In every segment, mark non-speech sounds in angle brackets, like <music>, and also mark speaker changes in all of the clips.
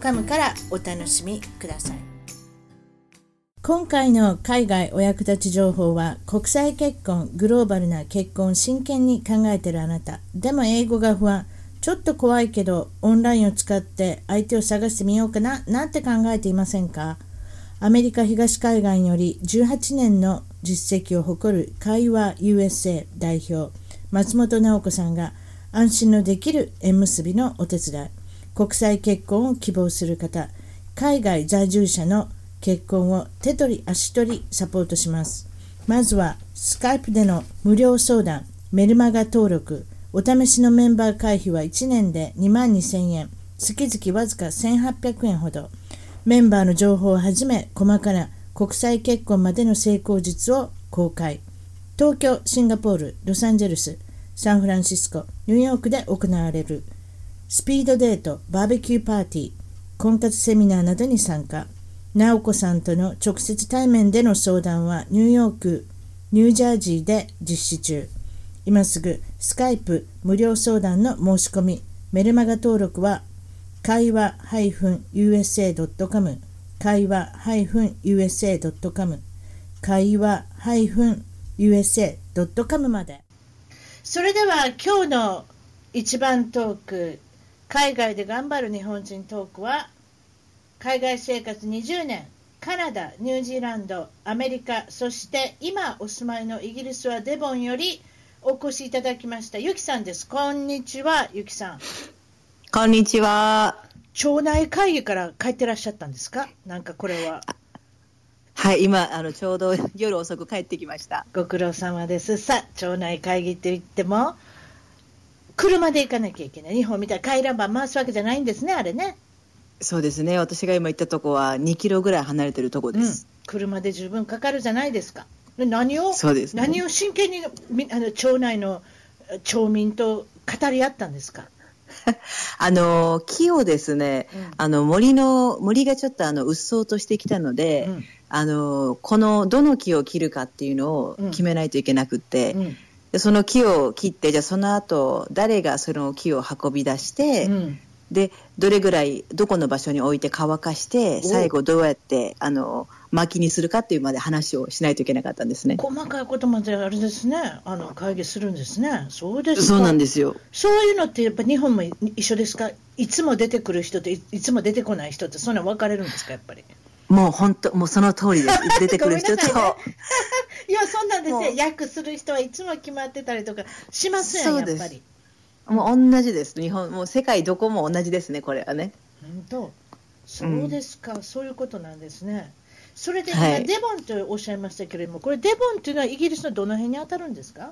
Speaker 1: .com からお楽しみください今回の海外お役立ち情報は国際結婚グローバルな結婚を真剣に考えてるあなたでも英語が不安ちょっと怖いけどオンラインを使って相手を探してみようかななんて考えていませんかアメリカ東海岸より18年の実績を誇る会話 USA 代表松本直子さんが安心のできる縁結びのお手伝い国際結婚を希望する方海外在住者の結婚を手取り足取りサポートしますまずはスカイプでの無料相談メルマガ登録お試しのメンバー会費は1年で2万2000円月々わずか1800円ほどメンバーの情報をはじめ細かな国際結婚までの成功術を公開東京シンガポールロサンゼルスサンフランシスコニューヨークで行われるスピードデートバーベキューパーティー婚活セミナーなどに参加直子さんとの直接対面での相談はニューヨークニュージャージーで実施中今すぐスカイプ無料相談の申し込みメルマガ登録は会話 -usa.com 会話 -usa.com 会話 -usa.com までそれでは今日の一番トーク海外で頑張る日本人トークは海外生活20年カナダニュージーランドアメリカそして今お住まいのイギリスはデボンよりお越しいただきましたゆきさんですこんにちはゆきさん
Speaker 2: こんにちは。
Speaker 1: 町内会議から帰ってらっしゃったんですかなんかこれは
Speaker 2: はい、今、あの、ちょうど夜遅く帰ってきました。
Speaker 1: ご苦労様ですさあ町内会議って言っても車で行かなきゃいけない日本みたいに回覧板回すわけじゃないんですねあれね
Speaker 2: そうですね。私が今行ったとこは2キロぐらい離れてるとこです。
Speaker 1: 車で十分かかるじゃないですか。で何を、
Speaker 2: そうですね
Speaker 1: 何を真剣にみあの町内のえ町民と語り合ったんですか。
Speaker 2: <laughs> あの、木をですね、
Speaker 1: うん
Speaker 2: あの、森の、森がちょっとあの、うっそうとしてきたので、
Speaker 1: うん
Speaker 2: あの、この、どの木を切るかっていうのを
Speaker 1: うん
Speaker 2: 決めないといけなくって、
Speaker 1: うん
Speaker 2: でその木を切って、じゃあその後、誰がその木を運び出して、
Speaker 1: うん
Speaker 2: でどれぐらいどこの場所に置いて乾かして
Speaker 1: お
Speaker 2: 最後どうやってあの薪にするかっていうまで話をしないといけなかったんですね
Speaker 1: 細かいことまであれですね。あの会議するんですね。そうですか。
Speaker 2: そうなんですよ
Speaker 1: そういうのってやっぱ日本もい一緒ですか。いつも出てくる人といいつも出てこない人ってそんな分かれるんですかやっぱり。
Speaker 2: もう本当もうその通
Speaker 1: <laughs>
Speaker 2: りです出てくる人と、
Speaker 1: ごめんなさ
Speaker 2: <laughs>
Speaker 1: いやそうなんです
Speaker 2: も
Speaker 1: よ。
Speaker 2: う
Speaker 1: 訳する人はいつも決まってたりとかしますやん
Speaker 2: そう
Speaker 1: や
Speaker 2: で
Speaker 1: っ
Speaker 2: す
Speaker 1: ぱり。
Speaker 2: もう同じです日本もう世界どこも同じですねこれはね
Speaker 1: 本当そうですか、そういうことなんですね。それで、
Speaker 2: は
Speaker 1: 今
Speaker 2: い
Speaker 1: デボンとおっしゃいましたけれども、これ、デボンっていうのはイギリスのどの辺に当たるんですか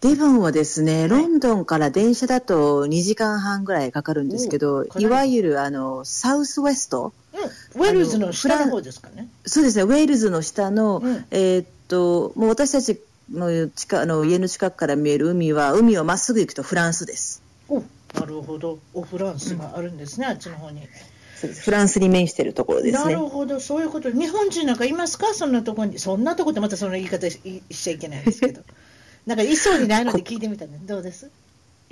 Speaker 2: デボンはですねロンドンから電車だと2時間半ぐらいかかるんですけ
Speaker 1: お
Speaker 2: ど
Speaker 1: かなり
Speaker 2: いわゆるあのサウスウェスト
Speaker 1: うん、ウェールズの下
Speaker 2: フラ
Speaker 1: の
Speaker 2: ン
Speaker 1: 方ですかね。
Speaker 2: そうですね、ウェールズの下の、
Speaker 1: うん
Speaker 2: えーっと、もう私たちの近あの家の近くから見える海は、海をまっすぐ行くとフランスです。
Speaker 1: おなるほど、オフランスがあるんですね、あっちの方に。
Speaker 2: フランスに面しているところです
Speaker 1: な
Speaker 2: ね
Speaker 1: る。ほど、そういうこと、日本人なんかいますか、そんなところに、そんなとこってまたその言い方しいしちゃいけないですけど、なんかいそうにないので聞いてみたんで、どうです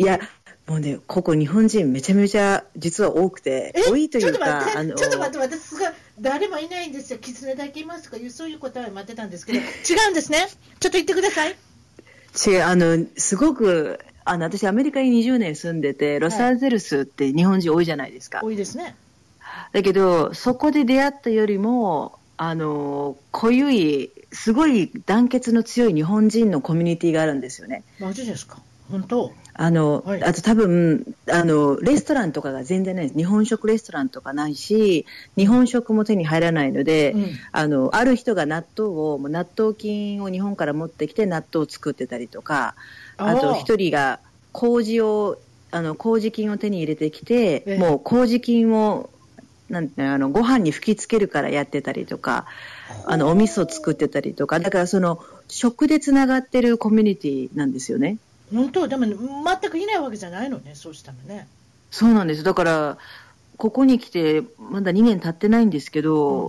Speaker 2: いや、もうね、ここ日本人めちゃめちゃ実は多くて、多いと
Speaker 1: ち
Speaker 2: い
Speaker 1: ょっ
Speaker 2: う
Speaker 1: と待っ
Speaker 2: か、
Speaker 1: て、
Speaker 2: の
Speaker 1: ちょっと待って、私すごい、誰もいないんですよ、狐だけいますとかいう、そういう答えを待ってたんですけど、違うんですね、ちょっと言ってください。
Speaker 2: 違う、あの、すごく、あの、私アメリカに20年住んでて、ロサンゼルスって日本人多いじゃないですか。
Speaker 1: 多いですね。
Speaker 2: だけど、そこで出会ったよりも、あの、濃ゆい、すごい団結の強い日本人のコミュニティがあるんですよね。
Speaker 1: マジですか。本当。
Speaker 2: あの、
Speaker 1: はい
Speaker 2: あと多分、あの、レストランとかが全然ないです。日本食レストランとかないし、日本食も手に入らないので、
Speaker 1: うん
Speaker 2: あの、ある人が納豆を、もう納豆菌を日本から持ってきて納豆を作ってたりとか、あ
Speaker 1: あ
Speaker 2: と
Speaker 1: ー
Speaker 2: 一人が麹を、あの、麹菌を手に入れてきて
Speaker 1: ええ、
Speaker 2: もう麹菌を
Speaker 3: なんていうのあのご飯に吹きつけるからやってたりとかあのお味噌作ってたりとかだからその食でつながってるコミュニティなんですよね。
Speaker 1: 本当、でも全くいないわけじゃないのね、そうしたらね。
Speaker 3: そうなんですだからここに来てまだ2年経ってないんですけど、
Speaker 1: うん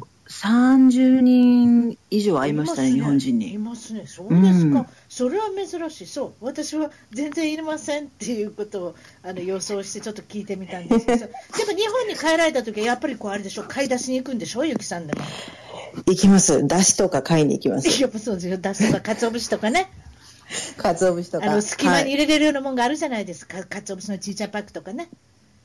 Speaker 3: 30人以上会いましたね、
Speaker 1: いす
Speaker 3: 日本人
Speaker 1: い
Speaker 3: に。
Speaker 1: ますね、そうですか、
Speaker 3: うん
Speaker 1: それは珍しい、そう、私は全然いりませんっていうことをあの予想して、ちょっと聞いてみたんですけ
Speaker 3: <laughs>
Speaker 1: ど、でも日本に帰られたときは、やっぱりこうあれでしょ、買い出しに行くんでしょ、ゆきさんでも。
Speaker 2: 行きます。だしとか買いに行
Speaker 3: <laughs>
Speaker 2: きま
Speaker 1: <laughs>
Speaker 2: す。
Speaker 1: やっぱそうですよ、だしとか、かつお節とかね、
Speaker 2: 鰹節と
Speaker 1: あ
Speaker 2: か。
Speaker 1: の隙間に
Speaker 2: はい
Speaker 1: 入れれるようなもんがあるじゃないですか、かつお節のちいちゃいパックとかね。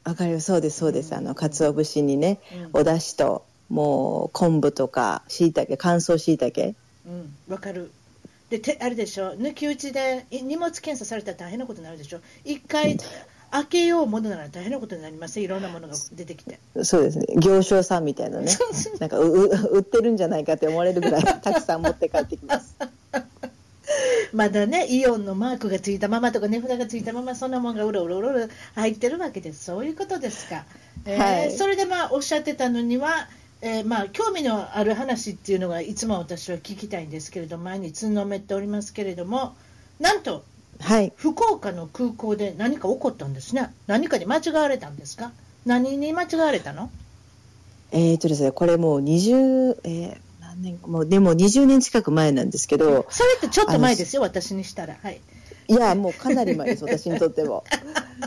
Speaker 2: わかるよそうですそうですあの鰹節にね、
Speaker 1: うん
Speaker 2: お出汁ともう昆布とかしいたけ乾燥しいたけ
Speaker 1: うん、わかる。で、てあれでしょ、抜き打ちでい荷物検査されたら大変なことになるでしょ、一回開けようものなら大変なことになりますよいろんなものが出てきて。
Speaker 2: そうですね行商さんみたいなね
Speaker 1: そうそう
Speaker 2: なんかうう売ってるんじゃないかって思われ
Speaker 1: <laughs>
Speaker 2: るぐらいたくさん持って帰ってきます
Speaker 1: まだね、イオンのマークがついたままとか、値札がついたまま、そんなもんがうろうろうろうろ入ってるわけです、そういうことですか。えー
Speaker 2: はい
Speaker 1: それでまあおっしゃってたのには、えーまあ、興味のある話っていうのが、いつも私は聞きたいんですけれど、前につんのめっておりますけれども、なんと、
Speaker 2: はい
Speaker 1: 福岡の空港で何か起こったんですね、何かに間違われたんですか、何に間違われたの
Speaker 2: えー、とですねこれもう20、えー何年もうでも20年近く前なんですけど
Speaker 1: それってちょっと前ですよ、私にしたら。はい、
Speaker 2: いやもうかなり前です私にとっ
Speaker 1: <laughs>
Speaker 2: ても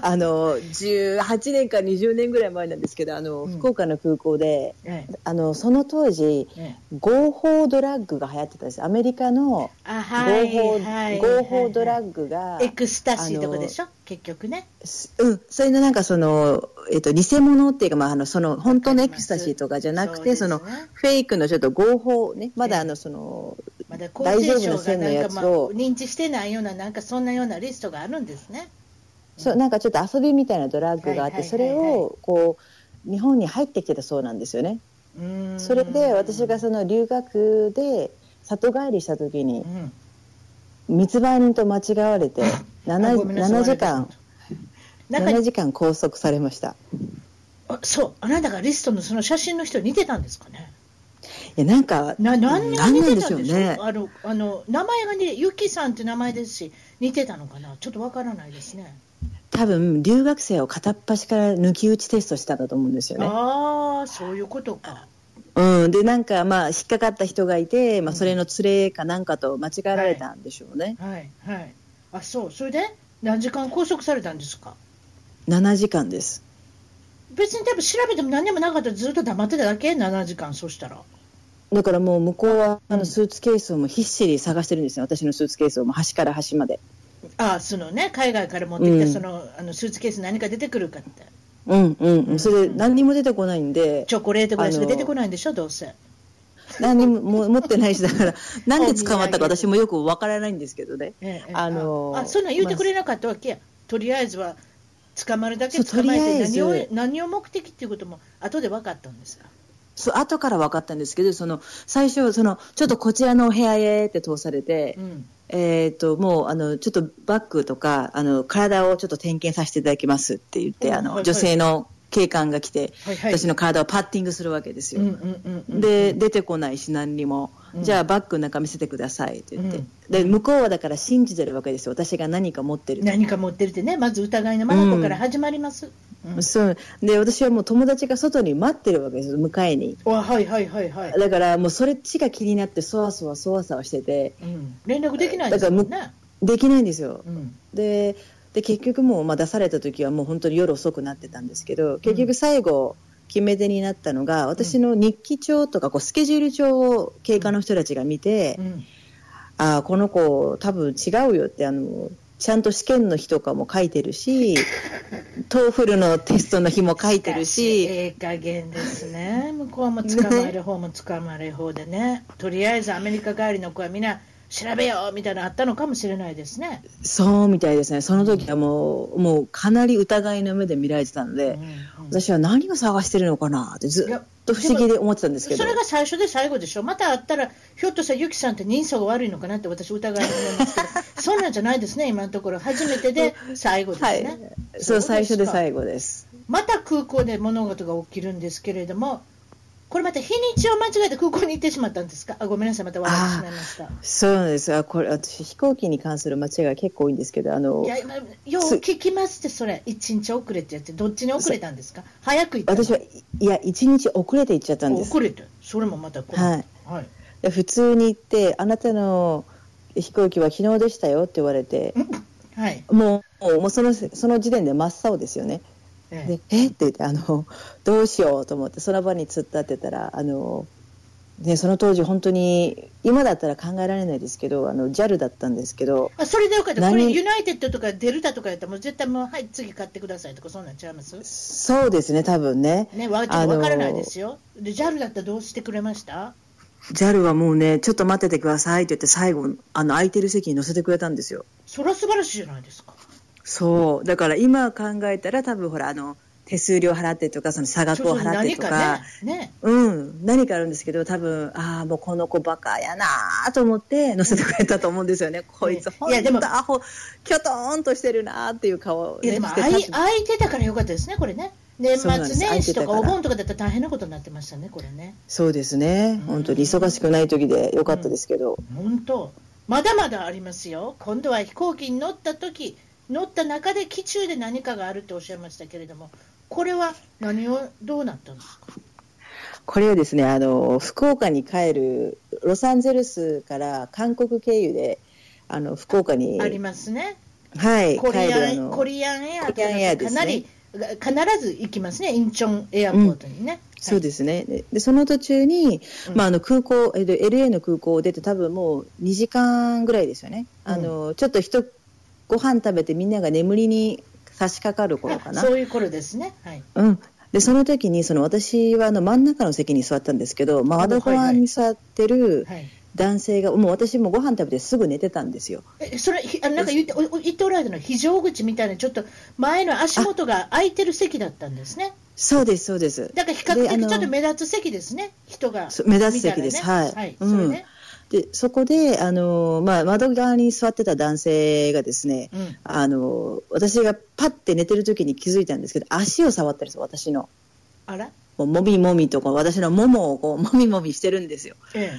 Speaker 2: あの18年か20年ぐらい前なんですけどあの、
Speaker 1: うん
Speaker 2: 福岡の空港で
Speaker 1: え
Speaker 2: あのその当時
Speaker 1: えええ
Speaker 2: 合法ドラッグが流行ってたんですアメリカの
Speaker 1: あ
Speaker 2: 合
Speaker 1: は
Speaker 2: 法,、
Speaker 1: いはい
Speaker 2: 合法ド
Speaker 1: グ
Speaker 2: ラッグが、
Speaker 1: エクスタシーとかでしょ、結局ね。
Speaker 2: すうん、それのなんかその、えっと偽物っていうか、まあ、あのその本当のエクスタシーとかじゃなくてそ、
Speaker 1: う
Speaker 2: の
Speaker 1: ですね
Speaker 2: フェイクのちょっと合法ねま
Speaker 1: ええ
Speaker 2: だあのその、
Speaker 1: まだ厚
Speaker 2: 大丈
Speaker 1: 生省
Speaker 2: 夫な
Speaker 1: が
Speaker 2: 線の
Speaker 1: なん
Speaker 2: や
Speaker 1: か、
Speaker 2: つ
Speaker 1: まあ、
Speaker 2: を、
Speaker 1: 認知してないような、なんかそんなようなリストがあるんですね。
Speaker 2: そうなんかちょっと遊びみたいなドラッグがあ
Speaker 1: は
Speaker 2: っ
Speaker 1: い
Speaker 2: て
Speaker 1: はい
Speaker 2: それ
Speaker 1: はいは
Speaker 2: をこう日本に入ってきてたそうなんですよね。
Speaker 1: うーん
Speaker 2: それで私がその留学で里帰りした時に
Speaker 1: うん
Speaker 2: 密売人と間違われて
Speaker 1: あ
Speaker 2: 7,
Speaker 1: ごめんなさい
Speaker 2: 7時間
Speaker 1: 中に
Speaker 2: 7時間拘束されました
Speaker 1: あそう、あなたがリストのその写真の人に似てたんですかね。
Speaker 2: いやなんか
Speaker 1: な何が似てたんで
Speaker 2: なんなんで
Speaker 1: し
Speaker 2: し
Speaker 1: ょ
Speaker 2: ょ
Speaker 1: う
Speaker 2: うね
Speaker 1: あのあの名前がね、ゆきさんって名前ですし、似てたのかな、ちょっとわからないですね。
Speaker 2: 多分留学生を片っ端から抜き打ちテストしたんだと思うんですよね。
Speaker 1: ああ、そういうことか。
Speaker 2: うん、でなんかまあ引っかかった人がいて、ま
Speaker 1: う
Speaker 2: あ、
Speaker 1: ん
Speaker 2: それの連れかなんかと間違えられたんでしょうね、
Speaker 1: はいはい。あそう、それで何時間拘束されたんですか。
Speaker 2: 7時間です
Speaker 1: 別に多分調べても何にもなかったらずっと黙ってただけ7時間そしたら
Speaker 2: だからもう向こうは
Speaker 1: うん
Speaker 2: あのスーツケースをもう必死に探してるんですよ私のスーツケースをもう端から端まで
Speaker 1: ああそのね海外から持ってきた
Speaker 2: うん
Speaker 1: その,、あのスーツケース何か出てくるかって
Speaker 2: うんうん、
Speaker 1: うん
Speaker 2: それで何にも出てこないんで
Speaker 1: チョコレートぐらいしか出てこないんでしょどうせ
Speaker 2: 何にももう持ってないしだ
Speaker 1: <laughs>
Speaker 2: からなんで捕まったか
Speaker 1: お土産
Speaker 2: 私もよくわからないんですけどね
Speaker 1: ええ
Speaker 2: あの
Speaker 1: あそんなん言うてくれなかったわけやとりあえずは捕まるだけ
Speaker 2: そう
Speaker 1: 捕まえて
Speaker 2: とり
Speaker 1: 何
Speaker 2: あ
Speaker 1: を
Speaker 2: えず
Speaker 1: 何を目的っていうことも後で分かったんですか
Speaker 2: そう後から分かったんですけどその最初そのちょっとこちらのお部屋へって通されて、
Speaker 1: うん
Speaker 2: えー、ともうあのちょっとバッグとかあの体をちょっと点検させていただきますって言って、
Speaker 1: うん
Speaker 2: あの
Speaker 1: はいはい
Speaker 2: 女性の警官が来て、
Speaker 1: はいはい
Speaker 2: 私の体をパッティングするわけです
Speaker 1: う
Speaker 2: よ、
Speaker 1: んうんうんうん
Speaker 2: で出てこないし何にも、
Speaker 1: うん
Speaker 2: じゃあバッグの中見せてくださいって言って、
Speaker 1: うん
Speaker 2: で向こうはだから信じてるわけですよ私が何か持ってると
Speaker 1: 何か持ってるってねまず疑いの眼から始まります、うん
Speaker 2: そうで私はもう友達が外に待ってるわけですよ迎えに
Speaker 1: あはいはいはいはい、
Speaker 2: だからもうそれっちが気になってそわそわそわそわしてて
Speaker 1: うん、連絡できないですもん
Speaker 2: だ
Speaker 1: ね、
Speaker 2: できないんですよ
Speaker 1: うん
Speaker 2: でで結局もう、まあ、出された時はもう本当に夜遅くなってたんですけど結局最後、決め手になったのが私の日記帳とかこうスケジュール帳を経過の人たちが見て、
Speaker 1: うん
Speaker 2: ああこの子多分違うよってあのちゃんと試験の日とかも書いて
Speaker 1: <laughs>
Speaker 2: るしトーフルのテストの日も書いて
Speaker 1: しか
Speaker 2: るし
Speaker 1: ええ加減ですね、向こうも捕まえる方も捕まえる方でね、とりあえずアメリカ帰りの子はみんな調べようみたいなのあったのかもしれないですね。
Speaker 2: そうみたいですねその時はもうもうかなり疑いの目で見られてたので、
Speaker 1: うん
Speaker 2: 私は何を探してるのかなってずっと不思議で思ってたんですけど
Speaker 1: それが最初で最後でしょ、また会ったら、ひょっとしたらユキさんって人相が悪いのかなって私、疑いに思うんですけ <laughs> ど、そんなんじゃないですね、今のところ、初めてで最後ですね。
Speaker 2: はい、そう最初で
Speaker 1: 後
Speaker 2: 最後です。
Speaker 1: また空港で物事が起きるんですけれども、これまた日にちを間違えて空港に行ってしまったんですかあごめんなさい、また笑ってしまいました。
Speaker 2: そうなんですあこれ私飛行機に関する間違いが結構多いんですけどあの
Speaker 1: いや今よう聞きまして、それ、一日遅れてやって、どっちに遅れたんですか、早く行ったの
Speaker 2: 私はいいや1日遅れて行っちゃったんです
Speaker 1: 遅れて、それもまたこれ、
Speaker 2: はい
Speaker 1: はい、
Speaker 2: で普通に行ってあなたの飛行機は昨日でしたよって言われて
Speaker 1: はい、
Speaker 2: もうもうもうそのその時点で真っ青ですよね
Speaker 1: ええ
Speaker 2: でえって言ってあのどうしようと思ってその場に突っ立ってたらあの、ね、その当時本当に今だったら考えられないですけどあの JAL だったんですけど
Speaker 1: あそれでよかった、
Speaker 2: 何
Speaker 1: これ、ユナイテッドとかデルタとかやったら、もう絶対もう、はい、次買ってくださいとか、そんなんちゃいます
Speaker 2: そうですね多分ね
Speaker 1: ね、わちょっとわからないですよ、で JAL だったらどうしてくれました
Speaker 2: JAL はもうねちょっと待っててくださいって言って最後あの空いてる席に乗せてくれたんですよ
Speaker 1: それは素晴らしいじゃないですか、
Speaker 2: そうだから今考えたら多分ほらあの手数料払ってとかその差額を払って
Speaker 1: 何
Speaker 2: とか
Speaker 1: かね、ね
Speaker 2: うん、何かあるんですけど多分ああもうこの子バカやなーと思って乗せてくれたと思うんですよね、こいつ
Speaker 1: い
Speaker 2: 本
Speaker 1: やでも
Speaker 2: 当アホキョトーンとしてるなーっていう顔を、
Speaker 1: い
Speaker 2: ね、
Speaker 1: やでも
Speaker 2: して
Speaker 1: 空い
Speaker 2: 立つ
Speaker 1: 空いてたからよかったですね、これね、年
Speaker 2: そうなんで
Speaker 1: 末
Speaker 2: す空
Speaker 1: 年
Speaker 2: いて
Speaker 1: 始
Speaker 2: た
Speaker 1: と
Speaker 2: から
Speaker 1: かお盆とかだったら大変なことになってましたね、これね、
Speaker 2: そうですね本当に忙しくない時でよかったですけど、
Speaker 1: 本当、まだまだありますよ、今度は飛行機に乗った時乗った中で機中で何かがあるっておっしゃいましたけれども、これは何をどうなったんですか、
Speaker 2: これはですねあの福岡に帰るロサンゼルスから韓国経由であの福岡に
Speaker 1: ありますね。
Speaker 2: はい
Speaker 1: コリ
Speaker 2: 帰る
Speaker 1: ア
Speaker 2: あ
Speaker 1: ン
Speaker 2: の
Speaker 1: コリアンエア
Speaker 2: コリアンエア
Speaker 1: と
Speaker 2: で
Speaker 1: か
Speaker 2: す
Speaker 1: な
Speaker 2: ね
Speaker 1: り、必ず行きますね、インチョンエアポートにね。
Speaker 2: そうですね、ででその途中に、
Speaker 1: うん
Speaker 2: まあ、あの空港、えっと LA の空港を出て、多分もう2時間ぐらいですよね、
Speaker 1: うん
Speaker 2: あのちょっと人ご飯食べて、みんなが眠りに差し掛かる頃かな、
Speaker 1: そういう頃ですね。はい。
Speaker 2: うん、でその時にそに、私はあの真ん中の席に座ったんですけど、真ん中側に座ってる
Speaker 1: はい。
Speaker 2: 男性が、もう私もご飯食べてすぐ寝てたんですよ。
Speaker 1: えそれひあなんか言っておお言っておられたのは非常口みたいなちょっと前の足元が空いてる席だったんですね。
Speaker 2: そうですそうです
Speaker 1: だから比較
Speaker 2: であ
Speaker 1: 的
Speaker 2: の
Speaker 1: ちょっと目立つ席ですね。人が
Speaker 2: そう目立つ席です
Speaker 1: 見たらね
Speaker 2: は
Speaker 1: は
Speaker 2: い
Speaker 1: い。それね。
Speaker 2: でそこで、あのまあ、窓側に座ってた男性がですね、
Speaker 1: うん。
Speaker 2: あの私がパッて寝てる時に気づいたんですけど足を触ったんですよ私の
Speaker 1: あら。
Speaker 2: もうもみもみとか私のももをこうもみもみしてるんですよ
Speaker 1: え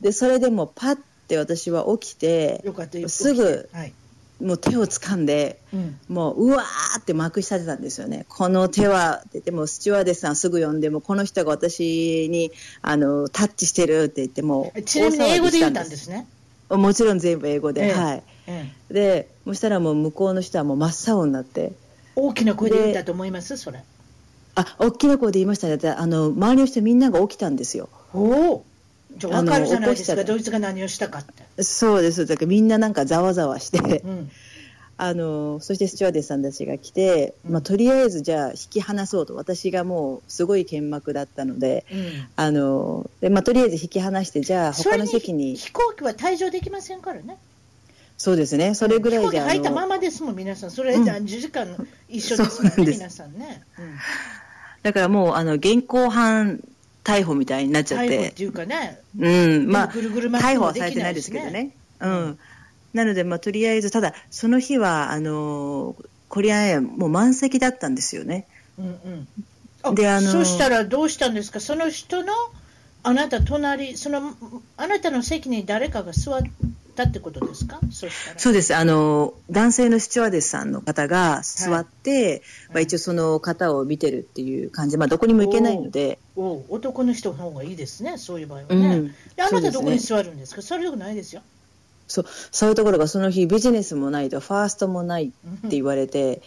Speaker 2: でそれでもうパッて私は起きて
Speaker 1: え。よかったよ。
Speaker 2: すぐ
Speaker 1: はい。
Speaker 2: もう手を掴んで
Speaker 1: うん。
Speaker 2: もううわーってまくし立てたんですよねこの手はって言ってもうスチュワーデスさんすぐ呼んでもうこの人が私にあのタッチしてるって言ってもう
Speaker 1: ちなみに英語で言ったん
Speaker 2: 大騒ぎ
Speaker 1: で
Speaker 2: し
Speaker 1: すね。
Speaker 2: たもちろん全部英語で、
Speaker 1: ええ
Speaker 2: はい
Speaker 1: ええ。
Speaker 2: でそしたらもう向こうの人はもう真っ青になって
Speaker 1: 大きな声で言ったと思いますそれ。
Speaker 2: あ大きな声で言いましたねだってあの周りの人みんなが起きたんですよ
Speaker 1: おお。じゃあわかるじゃないですか。
Speaker 2: あの起こしたら
Speaker 1: ドイツが何をしたかって。
Speaker 2: そうですだからみんななんかざわざわして
Speaker 1: うん。
Speaker 2: あのそしてスチュワーデスさんたちが来て、まあ、とりあえずじゃあ引き離そうと私がもうすごい剣幕だったので
Speaker 1: うん。
Speaker 2: あので、まあ、とりあえず引き離してじゃあ
Speaker 1: そ
Speaker 2: 他
Speaker 1: れ
Speaker 2: の席に
Speaker 1: 飛行機は退場できませんからね。
Speaker 2: そうですねそれぐらい
Speaker 1: 飛行機
Speaker 2: であ
Speaker 1: 入ったま
Speaker 2: の
Speaker 1: まですもん、皆さん、それ
Speaker 2: うん
Speaker 1: 何十時間一緒ですもんね、
Speaker 2: そうなんです
Speaker 1: 皆さんね。うん
Speaker 2: だからもうあの現行犯逮捕みたいになっちゃっ
Speaker 1: 逮捕ってていうかね、
Speaker 2: うんまあ
Speaker 1: ぐるぐる回って
Speaker 2: 逮捕
Speaker 1: も
Speaker 2: は
Speaker 1: で
Speaker 2: され
Speaker 1: き
Speaker 2: て
Speaker 1: な
Speaker 2: ない
Speaker 1: い
Speaker 2: で
Speaker 1: ですす
Speaker 2: けど
Speaker 1: ね。
Speaker 2: ね。うん、なので、まあ、とりあえず、ただ、その日はあのーコリアンエアもう満席だったんですよね。
Speaker 1: うんうんあ
Speaker 2: であの
Speaker 1: そしたらどうしたんですか、その人のあなた隣、そのあなたの席に誰かが座ったってことですか、そしたら。
Speaker 2: そうですあのー男性のスチュワーデスさんの方が座って、まあ、一応、その方を見てるっていう感じ、まあ、どこにも行けないので、
Speaker 1: おう男の人の方がいいですね、そういう場合は
Speaker 2: う
Speaker 1: ね。
Speaker 2: ん、
Speaker 1: であ
Speaker 2: そ
Speaker 1: な
Speaker 2: うで
Speaker 1: た
Speaker 2: す
Speaker 1: ど
Speaker 2: ね
Speaker 1: こに座るんですか、それよくないですよ。
Speaker 2: そういうところがその日、ビジネスもないと、ファーストもないって言われて、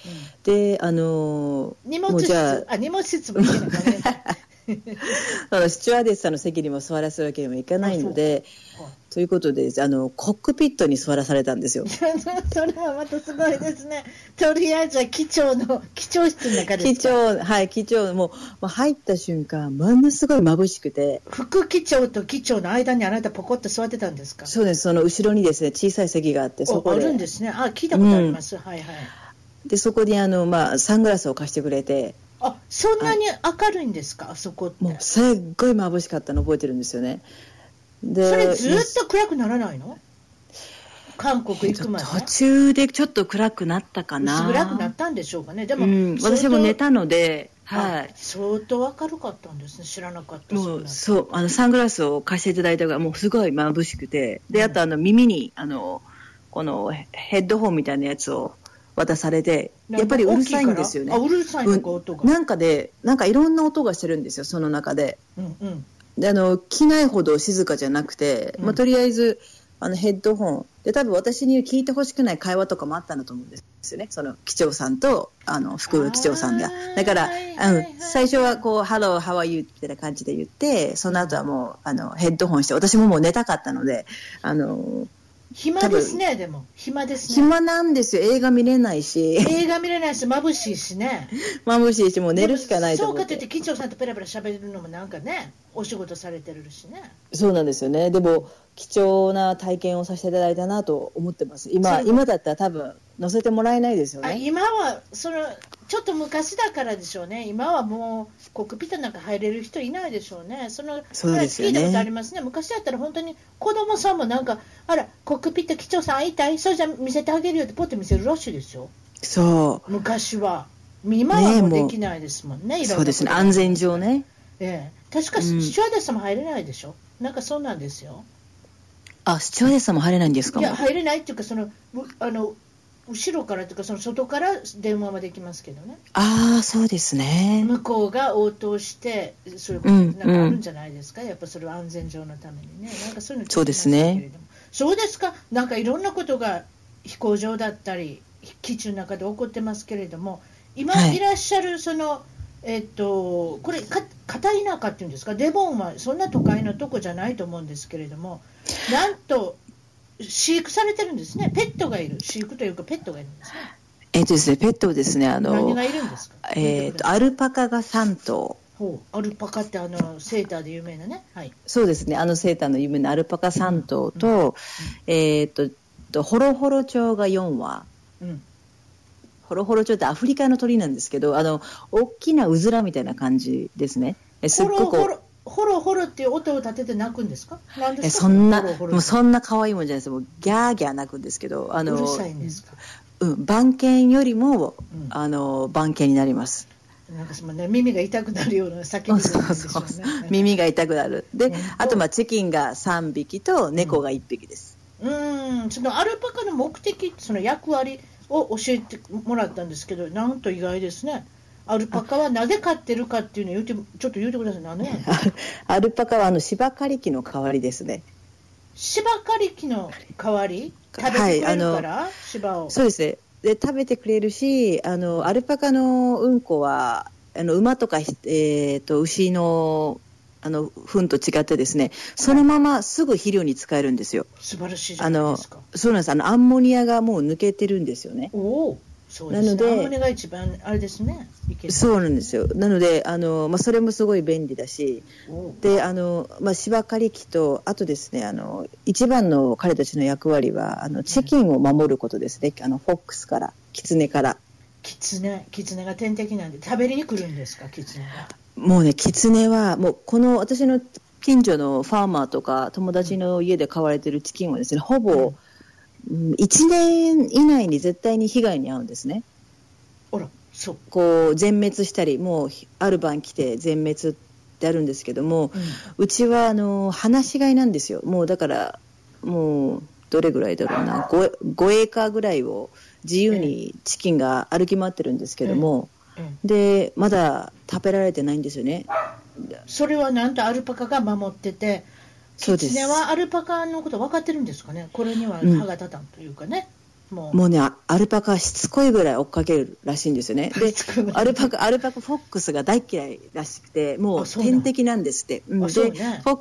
Speaker 1: うん
Speaker 2: であのー
Speaker 1: 荷
Speaker 2: も
Speaker 1: 物
Speaker 2: う
Speaker 1: 室
Speaker 2: じゃ
Speaker 1: あ荷物室もいいのかね。
Speaker 2: <laughs>
Speaker 1: <laughs>
Speaker 2: あのスチュワーデスさんの席にも座らせるわけにもいかないので
Speaker 1: あそうか。
Speaker 2: ということであのコックピットに座らされたんですよ。
Speaker 1: それはまたすごいですね。とりあえずは機長の機長室の中で
Speaker 2: 機
Speaker 1: すか。
Speaker 2: 長、はい、機長、もう、もう入った瞬間、ものすごい眩しくて、
Speaker 1: 副機長と機長の間にあなたポコッと座ってたんですか。
Speaker 2: そうです、その後ろにですね、小さい席があって、そ
Speaker 1: おあ
Speaker 2: こ
Speaker 1: るん
Speaker 2: で、
Speaker 1: ですね。あ聞いたことあります。はいはい。
Speaker 2: でそこにあの、まあ、サングラスを貸してくれて、
Speaker 1: あそんなに明るいんですかあそこって。
Speaker 2: もう、すっごい眩しかったの覚えてるんですよね。で
Speaker 1: それずっと暗くならないの？韓国行くまで
Speaker 3: 途中でちょっと暗くなったかな。
Speaker 1: 薄暗くなったんでしょうかねでも、
Speaker 3: うん、
Speaker 1: 相当
Speaker 3: 私も寝たので、
Speaker 1: あ
Speaker 3: はい。
Speaker 1: 相当明るかったんですね知らなかった
Speaker 3: も
Speaker 1: ん
Speaker 3: う
Speaker 1: な
Speaker 3: そうあのサングラスを貸していただいたがもうすごい眩しくて
Speaker 1: う
Speaker 3: で
Speaker 1: ん
Speaker 3: あとあの耳にあのこのヘヘッドホンみたいなやつを渡されて
Speaker 1: なんか
Speaker 3: やっぱりうるさいんですよね
Speaker 1: 大きいからあうるさいのか音が、
Speaker 2: なんかで、なんかいろんな音がしてるんですよ、その中で。
Speaker 1: うんうん
Speaker 2: であの機内ほど静かじゃなくて、
Speaker 1: うん
Speaker 2: まあ、とりあえずあのヘッドホンで多分私に聞いてほしくない会話とかもあったんだと思うんですよねその機長さんとあの副機長さん
Speaker 1: あ
Speaker 2: が
Speaker 1: ー
Speaker 2: だから、
Speaker 1: はいはいはい
Speaker 2: うん、最初はこう「ハローハワイユー」みたいな感じで言ってその後はもうあのヘッドホンして私ももう寝たかったのであの
Speaker 1: 暇ですねでも暇ですね
Speaker 2: 暇なんですよ映画見れないし
Speaker 1: 映画見れないし眩しいしね
Speaker 2: <laughs> 眩しいしもう寝るしかないと
Speaker 1: そう
Speaker 2: 思
Speaker 1: か
Speaker 2: っ
Speaker 1: といってて金城さんとペラペラ喋るのもなんかねお仕事されてるしね
Speaker 2: そうなんですよね。でも貴重な体験をさせていただいたなと思ってます。今
Speaker 1: そう
Speaker 2: 今だったら多分乗せてもらえないですよ
Speaker 1: あ
Speaker 2: ね。
Speaker 1: 今はそのちょっと昔だからでしょうね今はもうコックピットなんか入れる人いないでしょうねその
Speaker 2: そうですよね
Speaker 1: 話聞いたことありますね昔だったら本当に子供さんもなんかあらコックピット機長さん会いたいそれじゃ見せてあげるよってポッて見せるらしいですよ
Speaker 2: そ
Speaker 1: 昔は今は
Speaker 2: ねえ
Speaker 1: もう
Speaker 2: も
Speaker 1: で
Speaker 2: う
Speaker 1: きないですもんね
Speaker 2: う
Speaker 1: いろんな
Speaker 2: そうですね。
Speaker 1: ことが
Speaker 2: 安全上ね。
Speaker 1: ええ確か
Speaker 2: うん
Speaker 1: スチュワーデスさんも入れないでしょ、なんかそうなんですよ
Speaker 2: あ、視聴者さんも入れないんですか
Speaker 1: いや入れないっていうかそのうあの後ろからっていうかその外から電話はできますけどね
Speaker 2: ああ、そうですね。
Speaker 1: 向こうが応答してそういうこと
Speaker 2: うん
Speaker 1: なんかあるんじゃないですか、やっぱそれは安全上のためにねなんかそういうの聞きました
Speaker 2: そうですね
Speaker 1: けれどもそうですかなんかいろんなことが飛行場だったり機中の中で起こってますけれども今
Speaker 2: はい
Speaker 1: いらっしゃるその、えっとこれか片田舎っていうんですかデボンはそんな都会のとこじゃないと思うんですけれどもなんと飼育されてるんですねペットがいる飼育というかペットがいるんですね
Speaker 2: えっ、とですね、ペットをですね、あ
Speaker 1: 何
Speaker 2: の
Speaker 1: がいるんですか
Speaker 2: えっ、とアルパカが3頭。
Speaker 1: ほうアルパカってあのセーターで有名なね、はい、
Speaker 2: そうですね。あのセーターの有名なアルパカ3頭と、えっ、ととホロホロ鳥が4羽。
Speaker 1: うん、
Speaker 2: ホロホロ鳥ってアフリカの鳥なんですけど、あの大きなうずらみたいな感じですね。えすっ
Speaker 1: ホロ
Speaker 2: ごく
Speaker 1: ホロホロホロっていう音を立てて泣くんですか？なんです
Speaker 2: え
Speaker 1: か？
Speaker 2: そんな、
Speaker 1: ホロホロ
Speaker 2: もうそんな可愛いもんじゃないです。もうギャーギャー泣くんですけど、あ
Speaker 1: うる
Speaker 2: の
Speaker 1: さいんですか？
Speaker 2: うん、番犬よりも、
Speaker 1: うん
Speaker 2: あの番犬になります。
Speaker 1: なんかそのね耳が痛くなるような叫
Speaker 2: そう
Speaker 1: びが
Speaker 2: そ
Speaker 1: あるんでし
Speaker 2: うそ
Speaker 1: ょ
Speaker 2: う
Speaker 1: うね。
Speaker 2: 耳が痛くなる。で
Speaker 1: 本、当
Speaker 2: あとまあチキンが3匹と猫が1匹です。
Speaker 1: うーん、そのアルパカの目的、その役割を教えてもらったんですけど、なんと意外ですね。アルパカはなぜ飼ってるかっていうのを言ってちょっと言うてください。なんで？
Speaker 2: <laughs> アルパカはあの芝刈り機の代わりですね。
Speaker 1: 芝刈り機の代わり食べてくれるから、芝を。
Speaker 2: そうですね。で食べてくれるし、あのアルパカのうんこはあの馬とかひえっ、と牛のあの糞と違ってですね、そのまますぐ肥料に使えるんですよ。
Speaker 1: 素晴らしいじゃないですか。
Speaker 2: そうなんです。あのアンモニアがもう抜けてるんですよね。
Speaker 1: おお、そうです
Speaker 2: なの
Speaker 1: ね。
Speaker 2: で
Speaker 1: アンモニアが一番あれですね。いける
Speaker 2: そうなんですよ。なので、あのまあそれもすごい便利だし、
Speaker 1: おう
Speaker 2: で、あのまあ芝刈り機とあとですね、あの一番の彼たちの役割はあのチキンを守ることですね。あのフォックスから、キツネから。
Speaker 1: キツネ、キツネが天敵なんで食べに来るんですか、キツネが。
Speaker 2: もうね、キツネはもうこの私の近所のファーマーとか友達の家で飼われてるチキンはですね、ほぼ、うん、1年以内に絶対に被害に遭うんですね。
Speaker 1: あら、そう。
Speaker 2: こう全滅したりもうある晩来て全滅ってあるんですけども
Speaker 1: うん
Speaker 2: うちはあの放し飼いなんですよもうだからもうどれぐらいだろうな 5, 5エーカーぐらいを自由にチキンが歩き回ってるんですけども、
Speaker 1: うん
Speaker 2: でまだ食べられてないんですよね
Speaker 1: それはなんとアルパカが守ってて、
Speaker 2: そう
Speaker 1: キ
Speaker 2: です
Speaker 1: ツネはアルパカのこと分かってるんですかね、これには
Speaker 2: うん
Speaker 1: 歯が立たんというかね、もう、
Speaker 2: もうねあアルパカはしつこいぐらい追っかけるらしいんですよねでアルパカアルパカフォックスが大嫌いらしくても
Speaker 1: あ
Speaker 2: う
Speaker 1: そうなん
Speaker 2: 天敵なんですってうん
Speaker 1: あ
Speaker 2: で
Speaker 1: そうね
Speaker 2: フォ